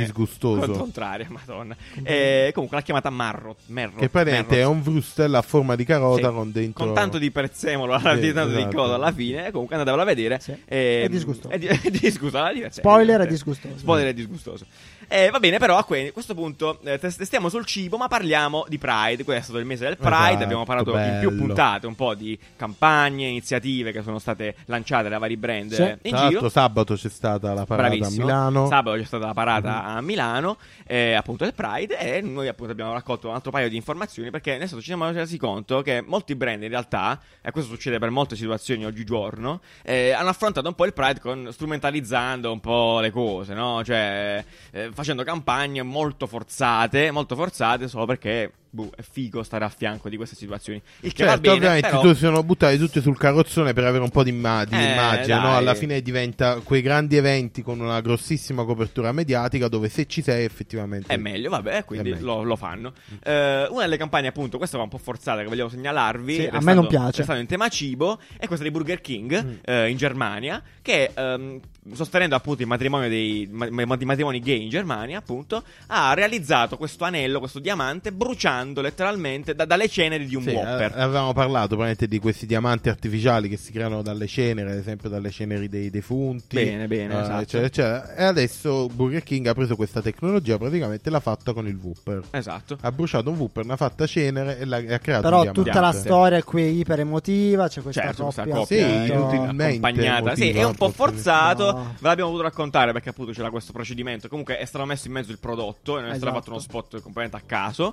D: disgustoso.
B: cont- Contraria, madonna. E, comunque l'ha chiamata Marrot. Merrot,
D: Che praticamente è
B: Merrot.
D: un vrustel a forma di carota
B: Sì.
D: con dentro.
B: Con tanto di prezzemolo alla,
D: Sì,
B: di tanto di
D: esatto.
B: cosa alla fine eh, comunque andatevela a vedere
A: Sì.
B: Ehm,
A: È disgustoso.
B: è, di- è disgustoso alla diversa,
A: Spoiler, è
B: evidente.
A: disgustoso.
B: spoiler è disgustoso Eh, va bene però a que- a questo punto eh, test- stiamo sul cibo ma parliamo di Pride questo è stato il mese del Pride
D: Esatto,
B: abbiamo parlato in
D: bello.
B: più puntate un po' di campagne iniziative che sono state lanciate da vari brand
A: Sì.
B: eh, in
D: Tra l'altro,
B: giro
D: sabato c'è stata la parata
B: Bravissimo.
D: a Milano. Mm-hmm.
B: Sabato c'è stata la parata a Milano, eh, appunto del Pride, e noi appunto abbiamo raccolto un altro paio di informazioni perché nel senso ci siamo resi conto che molti brand in realtà, e questo succede per molte situazioni oggigiorno, eh, hanno affrontato un po' il Pride con, strumentalizzando un po' le cose, no? Cioè eh, facendo campagne molto forzate, molto forzate solo perché... boh, è figo stare a fianco di queste situazioni. Il che va
D: Certo,
B: bene,
D: ovviamente
B: però-
D: tu si sono buttati tutti sul carrozzone per avere un po' di, imma- di
B: Eh,
D: immagine. no?
B: dai.
D: Alla fine diventa quei grandi eventi con una grossissima copertura mediatica dove se ci sei effettivamente.
B: È meglio, vabbè, quindi
D: È meglio. Mm.
B: Lo, lo fanno. Eh, una delle campagne, appunto, questa va un po' forzata, che vogliamo segnalarvi.
A: Sì,
B: ed
A: a
B: è
A: me
B: stato-
A: non piace.
B: È stato in tema cibo, è questa di Burger King
D: Mm.
B: eh, in Germania, che ehm, sostenendo appunto il matrimonio dei ma- ma- i matrimoni gay in Germania, appunto, ha realizzato questo anello, questo diamante, bruciando letteralmente da- dalle ceneri di un
D: Sì,
B: Whopper.
D: eh, avevamo parlato probabilmente di questi diamanti artificiali che si creano dalle ceneri, ad esempio dalle ceneri dei defunti.
B: Bene, bene,
D: eh,
B: esatto.
D: eccetera, eccetera. E adesso Burger King ha preso questa tecnologia, praticamente l'ha fatta con il Whooper.
B: Esatto.
D: Ha bruciato un Whooper, l'ha fatta cenere e, l'ha, e ha creato un
A: Però
D: diamante.
A: tutta la
B: Sì.
A: storia qui è iper emotiva. C'è questa
B: Certo, questa
A: coppia.
B: coppia
D: Sì,
A: appunto.
D: inutilmente.
B: accompagnata. Sì, è un po'
D: motivo,
B: forzato.
A: no.
B: Ve l'abbiamo potuto raccontare perché appunto c'era questo procedimento. Comunque è stato messo in mezzo il prodotto e non è stato
A: Esatto.
B: fatto uno spot completamente a caso.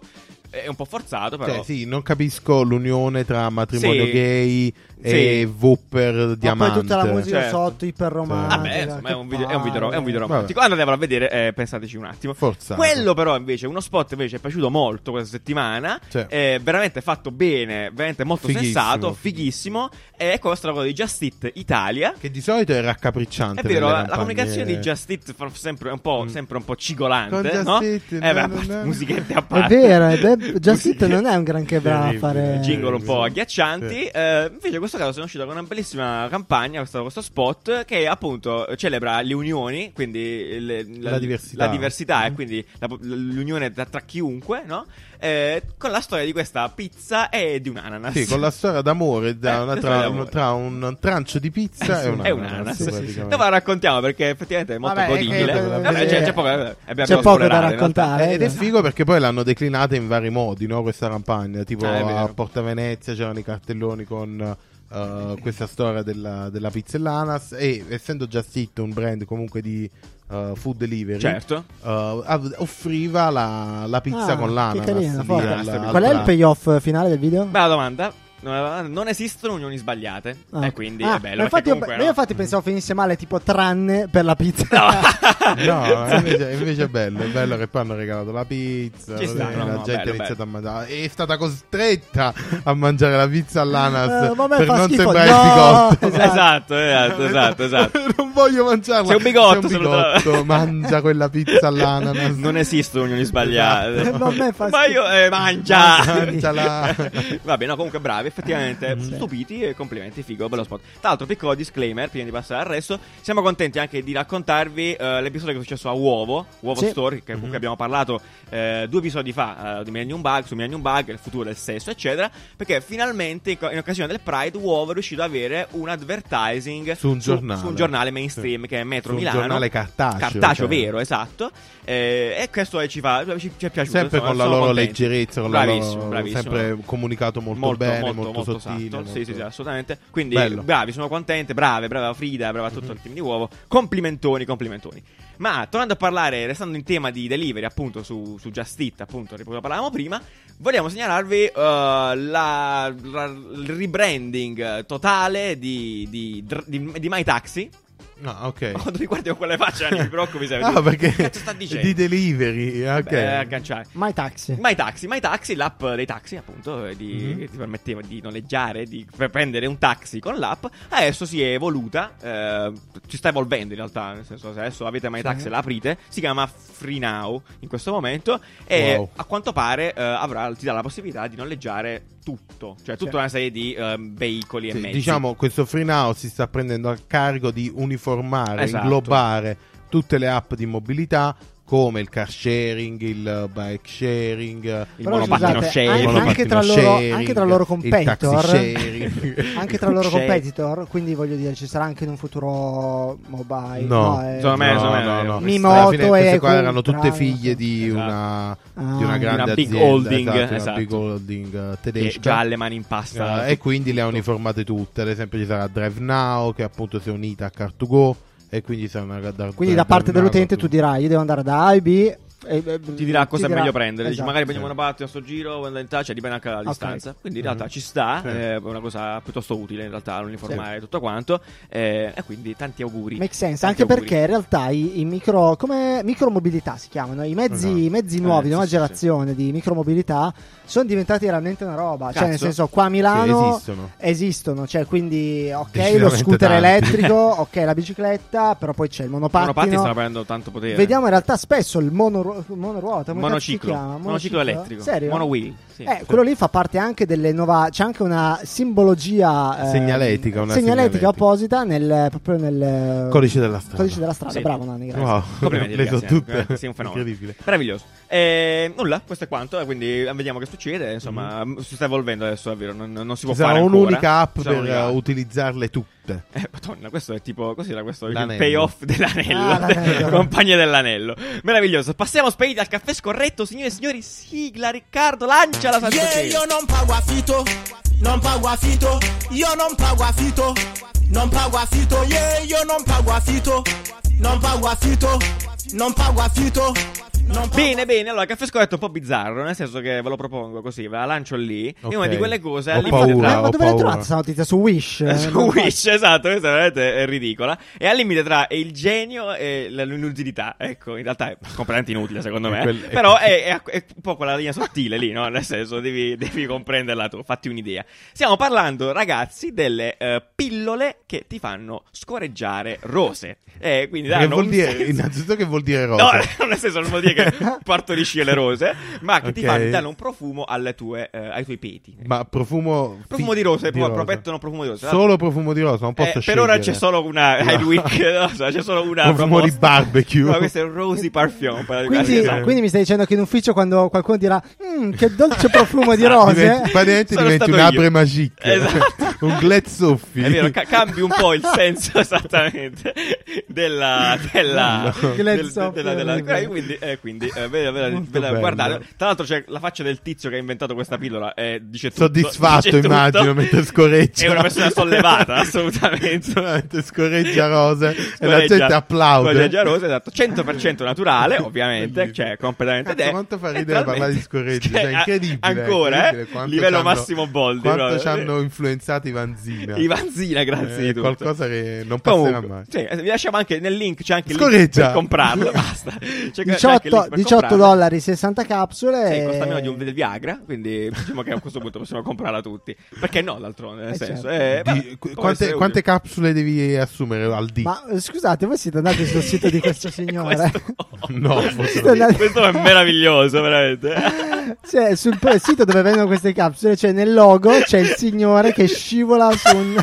B: È un po' forzato, però.
D: Cioè, sì, non capisco l'unione tra matrimonio
B: Sì.
D: gay e Whooper
A: Ma poi
D: diamante.
A: tutta la musica
B: Certo.
A: sotto, iper romantica.
B: Vabbè, insomma, è un video, è
A: che
B: un video, è un video
A: palle.
D: Vabbè.
B: romantico. Andatevelo a vedere, eh, pensateci un attimo.
D: Forzato.
B: Quello però invece, uno spot invece è piaciuto molto questa settimana,
D: Sì.
B: è veramente fatto bene, veramente molto
D: Fighissimo.
B: sensato, fighissimo, e questa è la cosa di Just Eat Italia,
D: Che di solito è raccapricciante.
B: È vero,
D: nelle
B: la, la comunicazione di
D: campagne-
B: Just It fa sempre un po',
D: Mm.
B: sempre un po' cigolante,
D: Con Just
B: no?
D: Eat,
B: eh, beh,
D: na, na,
B: a parte-
D: na.
B: musichette a
A: È
B: parte.
A: vero, ed è- Just Eat
B: Musiche-
A: non è un granché bravo a
D: Terribile.
A: fare.
B: Jingle un po'
D: Sì.
B: agghiaccianti.
D: Sì.
B: Eh, invece, in questo caso, sono uscito con una bellissima campagna. Questo, questo spot che appunto celebra le unioni, quindi le-
D: La diversità. Mm.
B: la diversità, e quindi la- l'unione tra, tra chiunque, no? Eh, con la storia di questa pizza e di un ananas.
D: Sì, con la storia d'amore da-
B: Eh,
D: una-
B: la
D: tra,
B: storia d'amore. Eh,
D: un, tra un trancio di pizza e un
B: è
D: ananas.
B: un ananas.
D: sì,
B: Sì, sì.
D: praticamente.
B: Noi la raccontiamo perché effettivamente è molto
A: Vabbè, è che-
B: godibile.
D: eh,
B: Vabbè, c'è, c'è poco, eh, abbiamo
A: C'è poco da
B: spoilerato, in realtà.
A: raccontare.
D: Ed è
A: esatto.
D: figo perché poi l'hanno declinata in vari modi, no? Questa campagna. Tipo
B: Ah, è vero.
D: a Porta Venezia c'erano i cartelloni con eh, questa storia della, della pizza e l'ananas. E essendo Just Eat un brand comunque di eh, eh, food delivery,
B: Certo.
D: eh, av- offriva la, la pizza
A: Ah,
D: con l'ananas. eh,
A: Che carino,
D: lì
A: forte.
D: al- al
A: Qual è il
D: pranzo.
A: payoff finale del video?
B: Bella domanda. No, Non esistono unioni sbagliate.
A: Ah.
B: E quindi
A: Ah,
B: è bello.
A: ma infatti,
B: perché
A: io,
B: comunque,
A: io
B: no.
A: infatti pensavo finisse male, tipo tranne per la pizza.
D: No, eh, invece, invece è bello, è bello che poi hanno regalato la pizza,
B: Ci sta,
D: eh,
B: no,
D: la
B: no,
D: gente
B: bello,
D: ha iniziato a mangiare, è stata costretta a mangiare la pizza all'ananas
A: Eh, ma a me
D: per
A: fa
D: non
A: schifo.
D: sembrare
A: No!
D: il bigotto.
B: Esatto, esatto, esatto, esatto.
D: non voglio mangiarla.
B: Sei un bigotto,
D: Sei un
B: se lo trovi.
D: bigotto, mangia quella pizza all'ananas.
B: Non esistono unioni sbagliate.
A: Eh, ma a me fa
B: Ma io
A: schifo.
B: eh, mangia.
D: Mangiala.
B: Vabbè, no, comunque bravi,
D: Mm,
B: effettivamente stupiti e complimenti, figo, bello spot. Tra l'altro, piccolo disclaimer prima di passare al resto, siamo contenti anche di raccontarvi eh, l'episodio che è successo a Uovo, Uovo
A: Sì.
B: Store, che
D: Mm-hmm.
B: comunque abbiamo parlato eh, due episodi fa eh, di Millennium Bug, su Millennium Bug, il futuro del sesso, eccetera, perché finalmente in, co- in occasione del Pride Uovo è riuscito ad avere un advertising
D: Su un giornale.
B: su un giornale mainstream
D: Sì.
B: che è Metro
D: Su un
B: Milano.
D: giornale cartaceo,
B: Cartaceo,
D: cioè.
B: vero, esatto. Eh, e questo eh, ci fa ci, ci è piaciuto,
D: Sempre
B: insomma,
D: con la
B: sono
D: loro
B: contenti.
D: leggerezza, con la
B: bravissimo,
D: loro,
B: bravissimo.
D: sempre comunicato molto, bene, molto, sottile.
B: esatto. Sì,
D: molto-
B: sì, sì, assolutamente. Quindi
D: Bello. Mhm.
B: bravi, sono contente, brave, brava Frida, brava tutto il team di uovo. Complimentoni, complimentoni. Ma tornando a parlare, restando in tema di delivery, appunto su, su Just Eat, appunto, di cui parlavamo prima, vogliamo segnalarvi eh, la- la- il rebranding totale di, di, di, di My Taxi.
D: No, ok.
B: Ma Quando mi guardi con quelle facce, non mi preoccupi, sai,
D: Ah, perché
B: Che cazzo sta dicendo?
D: di delivery, ok. Eh.
B: Beh, agganciare.
A: My taxi.
B: My Taxi, My Taxi, l'app dei taxi, appunto, eh, di-
D: Mhm.
B: che ti permetteva di noleggiare, di per prendere un taxi con l'app, adesso si è evoluta, eh, ci sta evolvendo in realtà, nel senso se adesso avete My Taxi, la aprite, si chiama Free Now in questo momento e
D: Wow.
B: a quanto pare eh, avrà, ti dà la possibilità di noleggiare tutto, cioè tutta
A: Sì.
B: una serie di eh, veicoli e
D: Sì,
B: mezzi.
D: diciamo, questo Free Now si sta prendendo a carico di uniformare,
B: Esatto.
D: inglobare tutte le app di mobilità come il car sharing, il bike sharing,
B: Il
A: Però
B: monopattino
A: scusate,
B: sharing.
A: an-
B: monopattino
A: anche, tra loro, anche tra loro eh? competitor, anche tra loro
B: Share.
A: competitor, quindi voglio dire ci sarà anche in un futuro mobile.
D: No,
A: eh,
B: Secondo me- secondo me-
A: Mimoto
D: Alla fine queste
A: e
D: qua erano tutte
A: Contrario.
D: figlie di
B: Esatto.
D: una,
A: Ah.
D: di una grande
B: Una big
D: azienda,
B: holding,
D: esatto, una
B: esatto.
D: big holding, eh,
B: che
D: tedesca.
B: già ha le mani in pasta.
D: Eh, e quindi le ha uniformate tutte. Ad esempio, ci sarà Drive Now che appunto si è unita a Car2Go. E quindi sarà una da,
A: Quindi da parte dell'utente tu dirai io devo andare da A e B e- e-
B: ti dirà cosa è
A: dirà-
B: meglio prendere. Dici,
A: esatto.
B: magari prendiamo
D: Sì.
B: una parte a sto giro, una in touch, dipende anche dalla
A: Ok. Mhm.
B: distanza. Quindi in realtà ci sta,
D: Sì.
B: eh, è una cosa piuttosto utile in realtà, l'uniformare tutto quanto. eh, e quindi tanti auguri.
A: Make sense, anche
B: Tanti auguri.
A: perché in realtà i, i micro, come micromobilità si chiamano, i mezzi,
D: Esatto.
A: i mezzi nuovi
B: Eh,
A: di nuova
B: sì, sì,
A: generazione di micromobilità sono diventati veramente una roba,
B: Cazzo.
A: cioè nel senso qua a Milano
D: esistono.
A: esistono, cioè quindi ok lo
D: Decisamente
A: scooter
D: tanti.
A: elettrico, ok la bicicletta, però poi c'è il monopattino.
B: Monopatti stanno prendendo tanto potere.
A: Vediamo in realtà spesso il monoru- monoruota, come cazzo si
B: monociclo.
A: chiama?
B: Monociclo, elettrico.
A: Serio?
B: Monowheel. Sì.
A: Eh, quello lì fa parte anche delle nuove. C'è anche una simbologia ehm,
D: Segnaletica,
A: segnaletica,
D: una segnaletica.
A: apposita nel, proprio
B: Eh,
A: nel
D: Codice della strada.
A: codice della strada.
B: Sì.
A: Bravo, Nanni. grazie.
D: Wow,
B: Complimenti,
D: le so
B: ragazzi, eh.
D: tutte.
B: Eh, Sei un fenomeno.
D: Incredibile.
B: Meraviglioso. Eh, nulla, questo è quanto. eh, Quindi vediamo che succede. Insomma,
A: Mhm.
B: m- si sta evolvendo adesso, è vero. Non, non si può
D: Ci sarà
B: fare ancora.
D: un'unica app
B: Ci sarà
D: per
B: un'unica
D: eh,
B: app.
D: utilizzarle tutte.
B: Eh, madonna, questo è tipo, così era questo, il
D: L'anello.
B: payoff dell'anello,
A: Ah, l'anello.
B: compagnia dell'anello. Meraviglioso. Passiamo spediti al caffè scorretto, signore e signori, sigla Riccardo, lancia la santo
E: Yeah,
B: cielo.
E: yo non pa guafito, non pa guafito, yo non pa guafito, non pa guafito, yeah, yo non pa guafito, non pa guafito, non pa guafito, non pa
B: Bene, bene, allora, caffè scorretto è un po' bizzarro, nel senso che ve lo propongo così, ve la lancio lì,
D: Ok.
B: è una di quelle cose...
D: Ho
B: lì
D: paura.
B: potete-
A: Ma, ma dove
D: ho
A: l'hai
D: paura.
A: trovata questa notizia? Su Wish? eh?
B: Su
A: Non
B: Wish, esatto, questa è veramente eh, ridicola. È al limite tra il genio e la- l'inutilità. Ecco, in realtà è completamente inutile, secondo me.
D: È quel- è-
B: Però è, è- è un po' quella linea sottile lì, no? Nel senso, devi, devi comprenderla tu, fatti un'idea. Stiamo parlando, ragazzi, delle eh, pillole che ti fanno scoreggiare rose. Eh, quindi
D: Che
B: danno
D: vuol
B: un
D: dire,
B: senso-
D: innanzitutto, che vuol dire
B: No,
D: rosa?
B: nel senso non vuol dire che partorisci le rose, ma che ti
D: Ok.
B: fanno, danno un profumo alle tue, eh, ai tuoi peti.
D: Ma profumo.
B: Profumo
D: fi-
B: di rose,
D: di
B: pro-
D: rosa.
B: propettano profumo di rose.
D: Solo profumo di rosa, non posso
B: Eh, per
D: scegliere.
B: ora c'è solo una
D: No.
B: Hardwick, no, so, c'è solo una
D: Profumo di
B: proposta.
D: barbecue.
B: No, questo è un Rosy Parfum. per-
A: Quindi,
B: esatto.
A: quindi mi stai dicendo che in ufficio quando qualcuno dirà "Mm, che dolce profumo di
B: Esatto,
A: rose
D: Diventi, praticamente
B: Sono
D: diventi
B: stato
D: una
B: io.
D: brema chic.
B: Esatto.
D: un glad soffi.
B: È vero, ca- cambi un po' il senso esattamente della, della,
A: Glad
B: del-
A: soft,
B: della- della-
A: veramente.
B: quindi, eh, quindi eh, ve, la- ve la-
D: Molto
B: ve la
D: bello.
B: guardate. Tra l'altro c'è la faccia del tizio che ha inventato questa pillola, eh, dice tutto,
D: Soddisfatto,
B: dice tutto.
D: immagino, mentre scoreggia.
B: È una persona sollevata, assolutamente.
D: Veramente scorreggia rose e la
B: Scorreggia-
D: gente applaude.
B: scorreggia rosa, esatto, 100% naturale, ovviamente, cioè completamente
D: Cazzo,
B: de-
D: quanto fa
B: e
D: ridere
B: talmente-
D: parlare di scorreggi,
B: Cioè,
D: cioè,
B: a-
D: incredibile.
B: Ancora,
D: incredibile
B: eh?
D: quanto
B: Livello
D: c'hanno-
B: massimo Boldi.
D: Quanto
B: proprio.
D: ci hanno influenzato i Vanzina.
B: Ivanzina, grazie
D: Eh,
B: di tutto.
D: Qualcosa che non passerà
B: Comunque,
D: mai.
B: sì, eh, vi lasciamo anche nel link, c'è anche il link
D: Scorreggia.
B: per comprarlo, basta. C'è- C'è, anche il link
A: 18,
B: per
A: 18
B: comprarlo.
A: dollari eh. 60 capsule.
B: Sì,
A: e-
B: costa meno di un del Viagra, quindi diciamo che a questo punto possiamo comprarla tutti. Perché no, d'altronde, nel
A: Eh,
B: senso.
A: certo.
B: eh,
D: Di-
B: vabbè,
D: qu-
B: può
D: quante,
B: essere
D: quante
B: utile.
D: capsule devi assumere al dì?
A: Ma eh, scusate, voi siete andati sul sito di questo
B: Cioè,
A: signore?
B: questo-
D: No, forse
A: Siete andati-
B: Questo è meraviglioso, veramente.
A: Cioè, sul p- sito dove vendono queste capsule, cioè nel logo c'è il signore che scivola su un.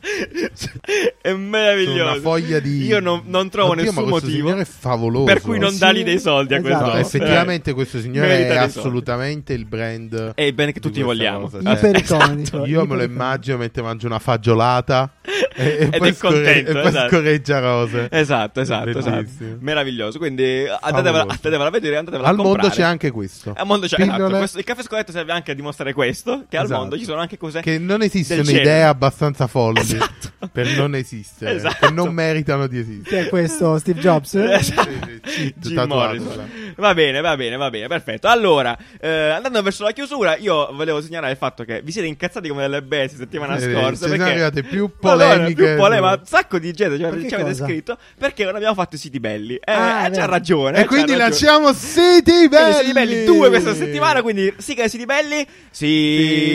B: Eh, è meraviglioso.
D: Una foglia di...
B: Io non, non trovo
D: Oddio,
B: nessun
D: ma questo
B: motivo
D: signore è favoloso.
B: per cui non
A: Sì,
B: dargli dei soldi a questo.
A: esatto.
D: No,
A: No,
D: effettivamente
B: Eh,
D: questo signore
B: merita
D: è
B: dei soldi.
D: assolutamente il brand...
B: È il bene che
D: di
B: tutti
D: questa
B: vogliamo.
D: cosa, cioè-
B: Esatto.
A: Ipericonico.
D: Io me lo immagino mentre mangio una fagiolata e,
B: Eh. Ed
D: poi,
B: è
D: scorre-
B: contento,
D: e poi
B: esatto.
D: scorreggia rose.
B: Esatto, esatto, esatto.
D: Bellissimo.
B: Meraviglioso. Quindi andatevela,
D: Favoloso.
B: andatevela a vedere, andatevela
D: Al
B: a comprare.
D: mondo c'è anche questo.
B: Al mondo c'è
D: Pillole
B: esatto, questo- il caffè scorretto serve anche a dimostrare questo, che al
D: Esatto.
B: mondo ci sono anche cose
D: che non esistono
B: del cielo.
D: idee abbastanza folli
B: Esatto.
D: per non esistere,
B: Esatto.
D: che non meritano di esistere.
A: Che è questo, Steve Jobs?
B: Esatto.
D: Sì, sì, sì,
B: Jim
D: tatuato,
B: Morrison.
D: là.
B: Va bene, va bene, va bene, perfetto. Allora, eh, andando verso la chiusura, io volevo segnalare il fatto che vi siete incazzati come delle bestie settimana
D: Eh,
B: scorsa.
D: ci sono
B: perché
D: arrivate più
B: Madonna,
D: polemiche.
B: più polemiche, ma un sacco di gente cioè,
A: Ma che
B: ci avete
A: cosa?
B: scritto perché non abbiamo fatto i siti belli. Eh,
A: Ah,
B: eh, c'ha
A: vero.
B: ragione. eh,
D: E
B: c'ha
D: quindi
B: ragione.
D: lanciamo siti
B: Quindi
D: belli.
B: siti belli due questa settimana, quindi sigla dei siti belli. Siti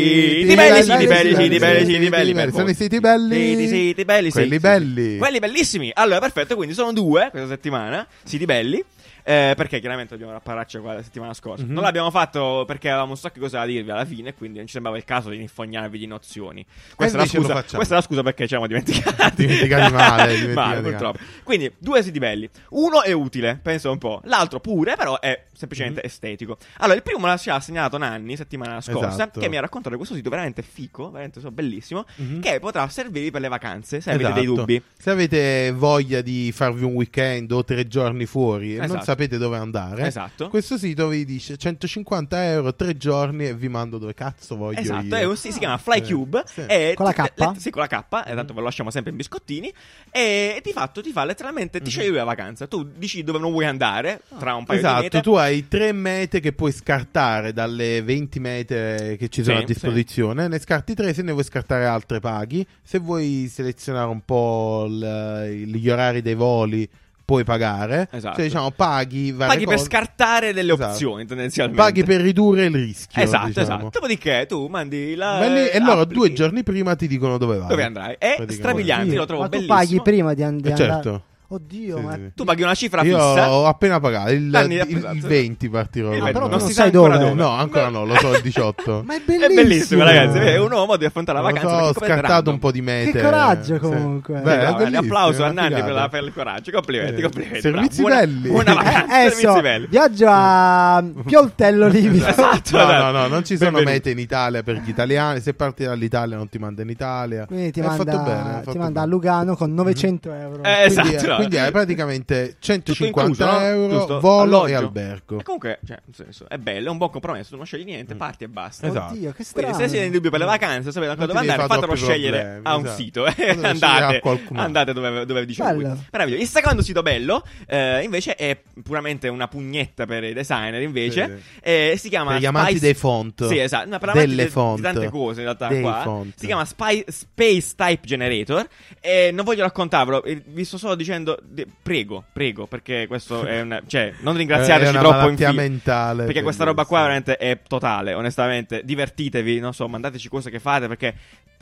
B: belli,
D: Siti belli,
B: siti belli,
D: siti
B: siti belli,
D: belli,
B: siti belli. per
D: sono
B: voi.
D: i siti belli.
B: Siti, siti belli, sì,
D: Quelli
B: sì, sì.
D: belli.
B: Quelli bellissimi. Allora, perfetto, quindi sono due questa settimana, siti belli. Eh, perché chiaramente dobbiamo rappararci qua la settimana scorsa.
D: Mhm.
B: Non l'abbiamo fatto perché avevamo un sacco di cose da dirvi alla fine, quindi non ci sembrava il caso di infognarvi di nozioni. Questa, è la
D: invece lo
B: scusa,
D: facciamo.
B: questa è la scusa perché ci eravamo dimenticati.
D: Dimenticati male, dimenticati
B: Male,
D: male.
B: purtroppo. Quindi, due siti belli. Uno è utile, penso un po'. L'altro pure, però è semplicemente
D: Mhm.
B: estetico. Allora, il primo me l'ha ce l'ha segnalato Nanni settimana scorsa,
D: Esatto.
B: che mi ha raccontato questo sito veramente fico, veramente so, bellissimo,
D: Mhm.
B: che potrà servirvi per le vacanze, se avete
D: Esatto.
B: dei dubbi.
D: Se avete voglia di farvi un weekend o tre giorni fuori e non
B: Esatto.
D: sapete dove andare,
B: Esatto.
D: Eh? questo sito vi dice 150 euro, tre giorni e vi mando dove cazzo voglio
B: Esatto,
D: io. Eh,
B: è un- si, si chiama Flycube
D: Sì.
B: e
A: Con la
B: ti-
A: K?
B: le- sì, con la K,
D: Mhm.
B: e tanto ve lo lasciamo sempre in biscottini e di fatto ti fa letteralmente
D: Mhm.
B: ti scegli la vacanza. Tu dici dove non vuoi andare tra un paio
D: Esatto,
B: di mete.
D: tu hai tre mete che puoi scartare dalle 20 mete che ci sono
B: Sì,
D: a disposizione. Ne scarti tre, se ne vuoi scartare altre paghi. Se vuoi selezionare un po' l- gli orari dei voli, puoi pagare.
B: Esatto.
D: Se diciamo paghi, varie
B: Paghi per
D: cose.
B: scartare delle
D: Esatto.
B: opzioni tendenzialmente.
D: Paghi per ridurre il rischio.
B: Esatto,
D: diciamo.
B: esatto. Dopodiché tu mandi la.
D: Ma lì- e loro
B: applichi
D: due giorni prima ti dicono dove vai.
B: Dove andrai? È
D: Praticamente.
B: strabiliante,
D: Sì.
B: io lo trovo
A: ma tu
B: bellissimo.
A: paghi prima di, an- di
D: Eh,
A: andare.
D: certo.
A: Oddio,
D: Sì,
A: ma.
D: sì, sì.
B: Tu paghi una cifra
D: Io
B: fissa.
D: ho appena pagato. Il,
B: Danni,
D: il- il
B: esatto.
D: 20 partirò.
B: Il
D: con
B: 20,
A: però
D: loro.
B: non
A: non
B: si sa
A: sai
B: ancora
A: dove.
B: dove.
D: No, ancora no, lo so il 18.
A: Ma è
B: È
A: bellissimo,
B: bellissimo, ragazzi. È un
A: uno
B: nuovo modo di affrontare la
D: Non lo
B: vacanza.
D: so, ho
B: perché completamente
D: scartato
B: random.
D: un po' di mete.
A: Che coraggio,
D: Sì.
A: comunque.
D: Beh,
A: Eh,
D: è
B: Bravo, un
D: bellissimo,
B: applauso a
D: una
B: Nanni per,
D: figata.
B: la- per il coraggio. Complimenti,
D: Eh,
B: complimenti.
D: servizi
B: bravo. Buona-
D: belli. Eh,
B: Buona vacanza,
A: adesso,
B: servizi belli.
A: viaggio a Pioltello Livio.
B: Esatto,
D: No,
B: esatto.
D: no, no, non ci sono
B: Benvenuti.
D: mete in Italia per gli italiani. Se parti dall'Italia non ti manda in Italia.
A: Quindi ti
D: È
A: manda,
D: fatto bene, è fatto
A: ti manda a
D: bene. Mhm.
A: Lugano con 900 euro.
B: Eh, esatto.
D: Quindi,
B: no.
D: eh, quindi hai praticamente 150
B: incluso, no?
D: euro,
B: Giusto,
D: volo e
B: alloggio.
D: albergo.
B: E comunque, cioè, nel senso, è bello, è un buon compromesso. Non scegli niente, parti e basta.
D: Esatto.
A: Oddio, che strano.
B: Quindi se siete in dubbio per le vacanze, sapete ancora dove
D: Non ti devi
B: andare, fatelo
D: fare troppi
B: scegliere
D: problemi,
B: a un
D: esatto.
B: sito.
D: Fatelo
B: eh,
D: scegliere
B: andate,
D: a qualcun altro.
B: andate dove, dove dice lui.
A: Bello.
B: Meraviglioso. Il secondo sito bello, eh, invece, è puramente una pugnetta per i designer, invece.
D: Sì,
B: eh, si chiama
D: Per gli amanti
B: Spice-
D: dei font.
B: Sì, esatto. No, per amanti
D: delle
B: de-
D: font.
B: Di tante cose, in realtà,
D: Dei
B: qua. eh.
D: font.
B: Si chiama Spy- Space Type Generator. E Eh, non voglio raccontarvelo, eh, vi sto solo dicendo, de- prego, prego, perché questo è un... Cioè, non
D: Eh, è
B: ringraziateci
D: una
B: troppo in
D: malattia
B: fi-
D: mentale,
B: Perché
D: quindi,
B: questa roba qua
D: sì.
B: veramente è totale, onestamente. Divertitevi, non so, mandateci cose che fate perché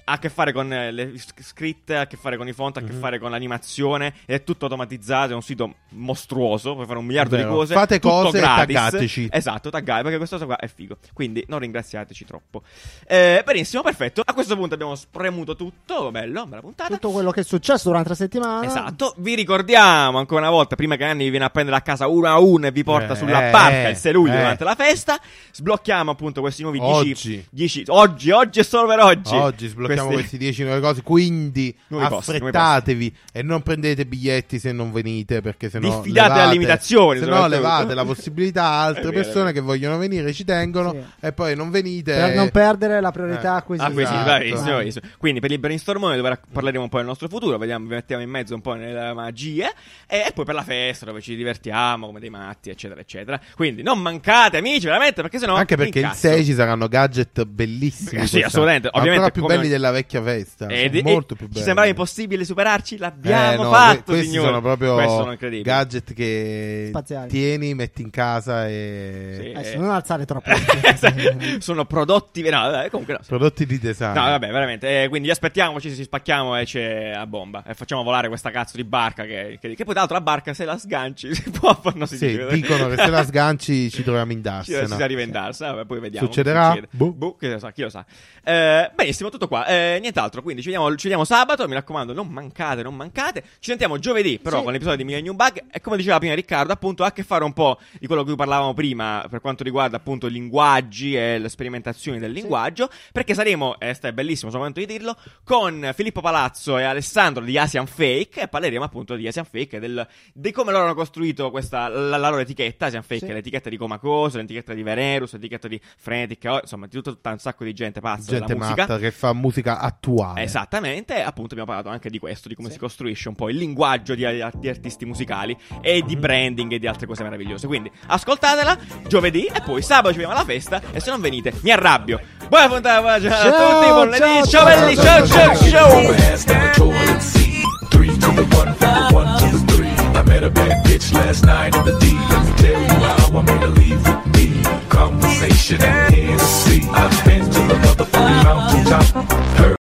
B: ha a che fare con eh, le sc- scritte, ha a che fare con i font, ha
D: Mhm.
B: a che fare con l'animazione, è tutto automatizzato, è un sito mostruoso, puoi fare un miliardo
D: Vero.
B: di cose.
D: Fate
B: tutto
D: cose e
B: gratis.
D: taggateci.
B: Esatto, taggate, perché questa cosa qua è figo. Quindi non ringraziateci troppo. Eh, benissimo, perfetto. A questo punto abbiamo spremuto tutto, bello, bella puntata.
A: Tutto quello che è successo durante la settimana.
B: Esatto, vi ricordiamo ancora una volta, prima che Anni vi viene a prendere a casa uno a uno e vi porta
D: Eh,
B: sulla barca il 6 luglio
D: eh.
B: durante la festa, sblocchiamo appunto questi nuovi 10
D: Oggi.
B: 10 oggi, oggi è solo per oggi.
D: Oggi mettiamo questi 10 nuove cose. Quindi
B: Nuovi posti,
D: affrettatevi e non prendete biglietti se non venite perché se no
B: Diffidate dalle limitazioni,
D: Se no
B: soprattutto.
D: levate la possibilità a altre
B: È vero,
D: persone
B: è vero.
D: che vogliono venire, ci tengono
A: Sì.
D: e poi non venite.
A: Per non perdere la priorità
D: Eh,
A: acquisita.
B: Ah, questi,
D: Esatto.
B: bravissimo, bravissimo. Quindi per il brainstorm noi dovrà- parleremo un po' del nostro futuro, vediamo, vi mettiamo in mezzo un po' nella magia e, e poi per la festa dove ci divertiamo come dei matti, eccetera, eccera. Quindi non mancate amici, veramente, perché sennò
D: Anche perché
B: incazzo.
D: il 6 ci saranno gadget bellissimi.
B: Eh sì,
D: quest'anno.
B: assolutamente, ovviamente,
D: Ancora più
B: come-
D: belli della vecchia festa.
B: Ed-
D: Certo, sono
B: e-
D: molto più belli.
B: Ci sembrava impossibile superarci, l'abbiamo
D: Eh, no, que-
B: fatto,
D: questi
B: signori.
D: sono proprio
B: Questi sono incredibili.
D: gadget che
A: Spaziali.
D: tieni, metti in casa e
B: Sì.
A: Adesso Eh, non alzare troppo.
B: sono prodotti, no, vabbè, comunque no.
D: prodotti di design.
B: No, vabbè, veramente. Eh, quindi li aspettiamo, ci si spacchiamo e c'è a bomba. E facciamo volare questa cazzo di barca. Che, che, che poi, tra l'altro, la barca, se la sganci, si può far- non si
D: Sì,
B: dice.
D: dicono che se la sganci ci troviamo in
B: Ci si sa
D: darsena.
B: rivendarsi, vabbè, poi vediamo.
D: Succederà?
B: Succede.
D: Boh.
B: Boh, chi lo sa, chi lo sa. Eh, benissimo, tutto qua. Eh, nient'altro, quindi ci vediamo, ci vediamo sabato. Mi raccomando, non mancate, non mancate. Ci sentiamo giovedì, però,
A: Sì.
B: con l'episodio di Millennium Bug. E come diceva prima Riccardo, appunto, ha a che fare un po' di quello di cui parlavamo prima per quanto riguarda appunto i linguaggi e le sperimentazioni del linguaggio. Perché saremo, e sta è bellissimo, sono contento di dirlo, con Filippo Palazzo e Alessandro di Asian Fake. E parleremo appunto di Asian Fake e del, di come loro hanno costruito questa, la, la loro etichetta. Asian Fake
A: Sì.
B: è l'etichetta di Comacoso, l'etichetta di Venerus, l'etichetta di Frenetic, oh, insomma, di tutto, tutta un sacco di gente pazza
D: Gente
B: della musica. Esatto.
D: matta Ah, eh. che fa musica attuale.
B: Esattamente, appunto abbiamo parlato anche di questo, di come
A: Sì.
B: si costruisce un po' il linguaggio di, di artisti musicali e di branding e di altre cose meravigliose. Quindi ascoltatela giovedì e poi sabato ci vediamo alla festa e se non venite mi arrabbio. Buona puntata buona giornata a tutti,
A: Ciao,
B: buon
A: ciao,
B: lunedì, ciao belli, ciao ciao ciao!
C: Go ass down the toilet seat. Three to the one, from the one to the three. I met a bad bitch last night at the D.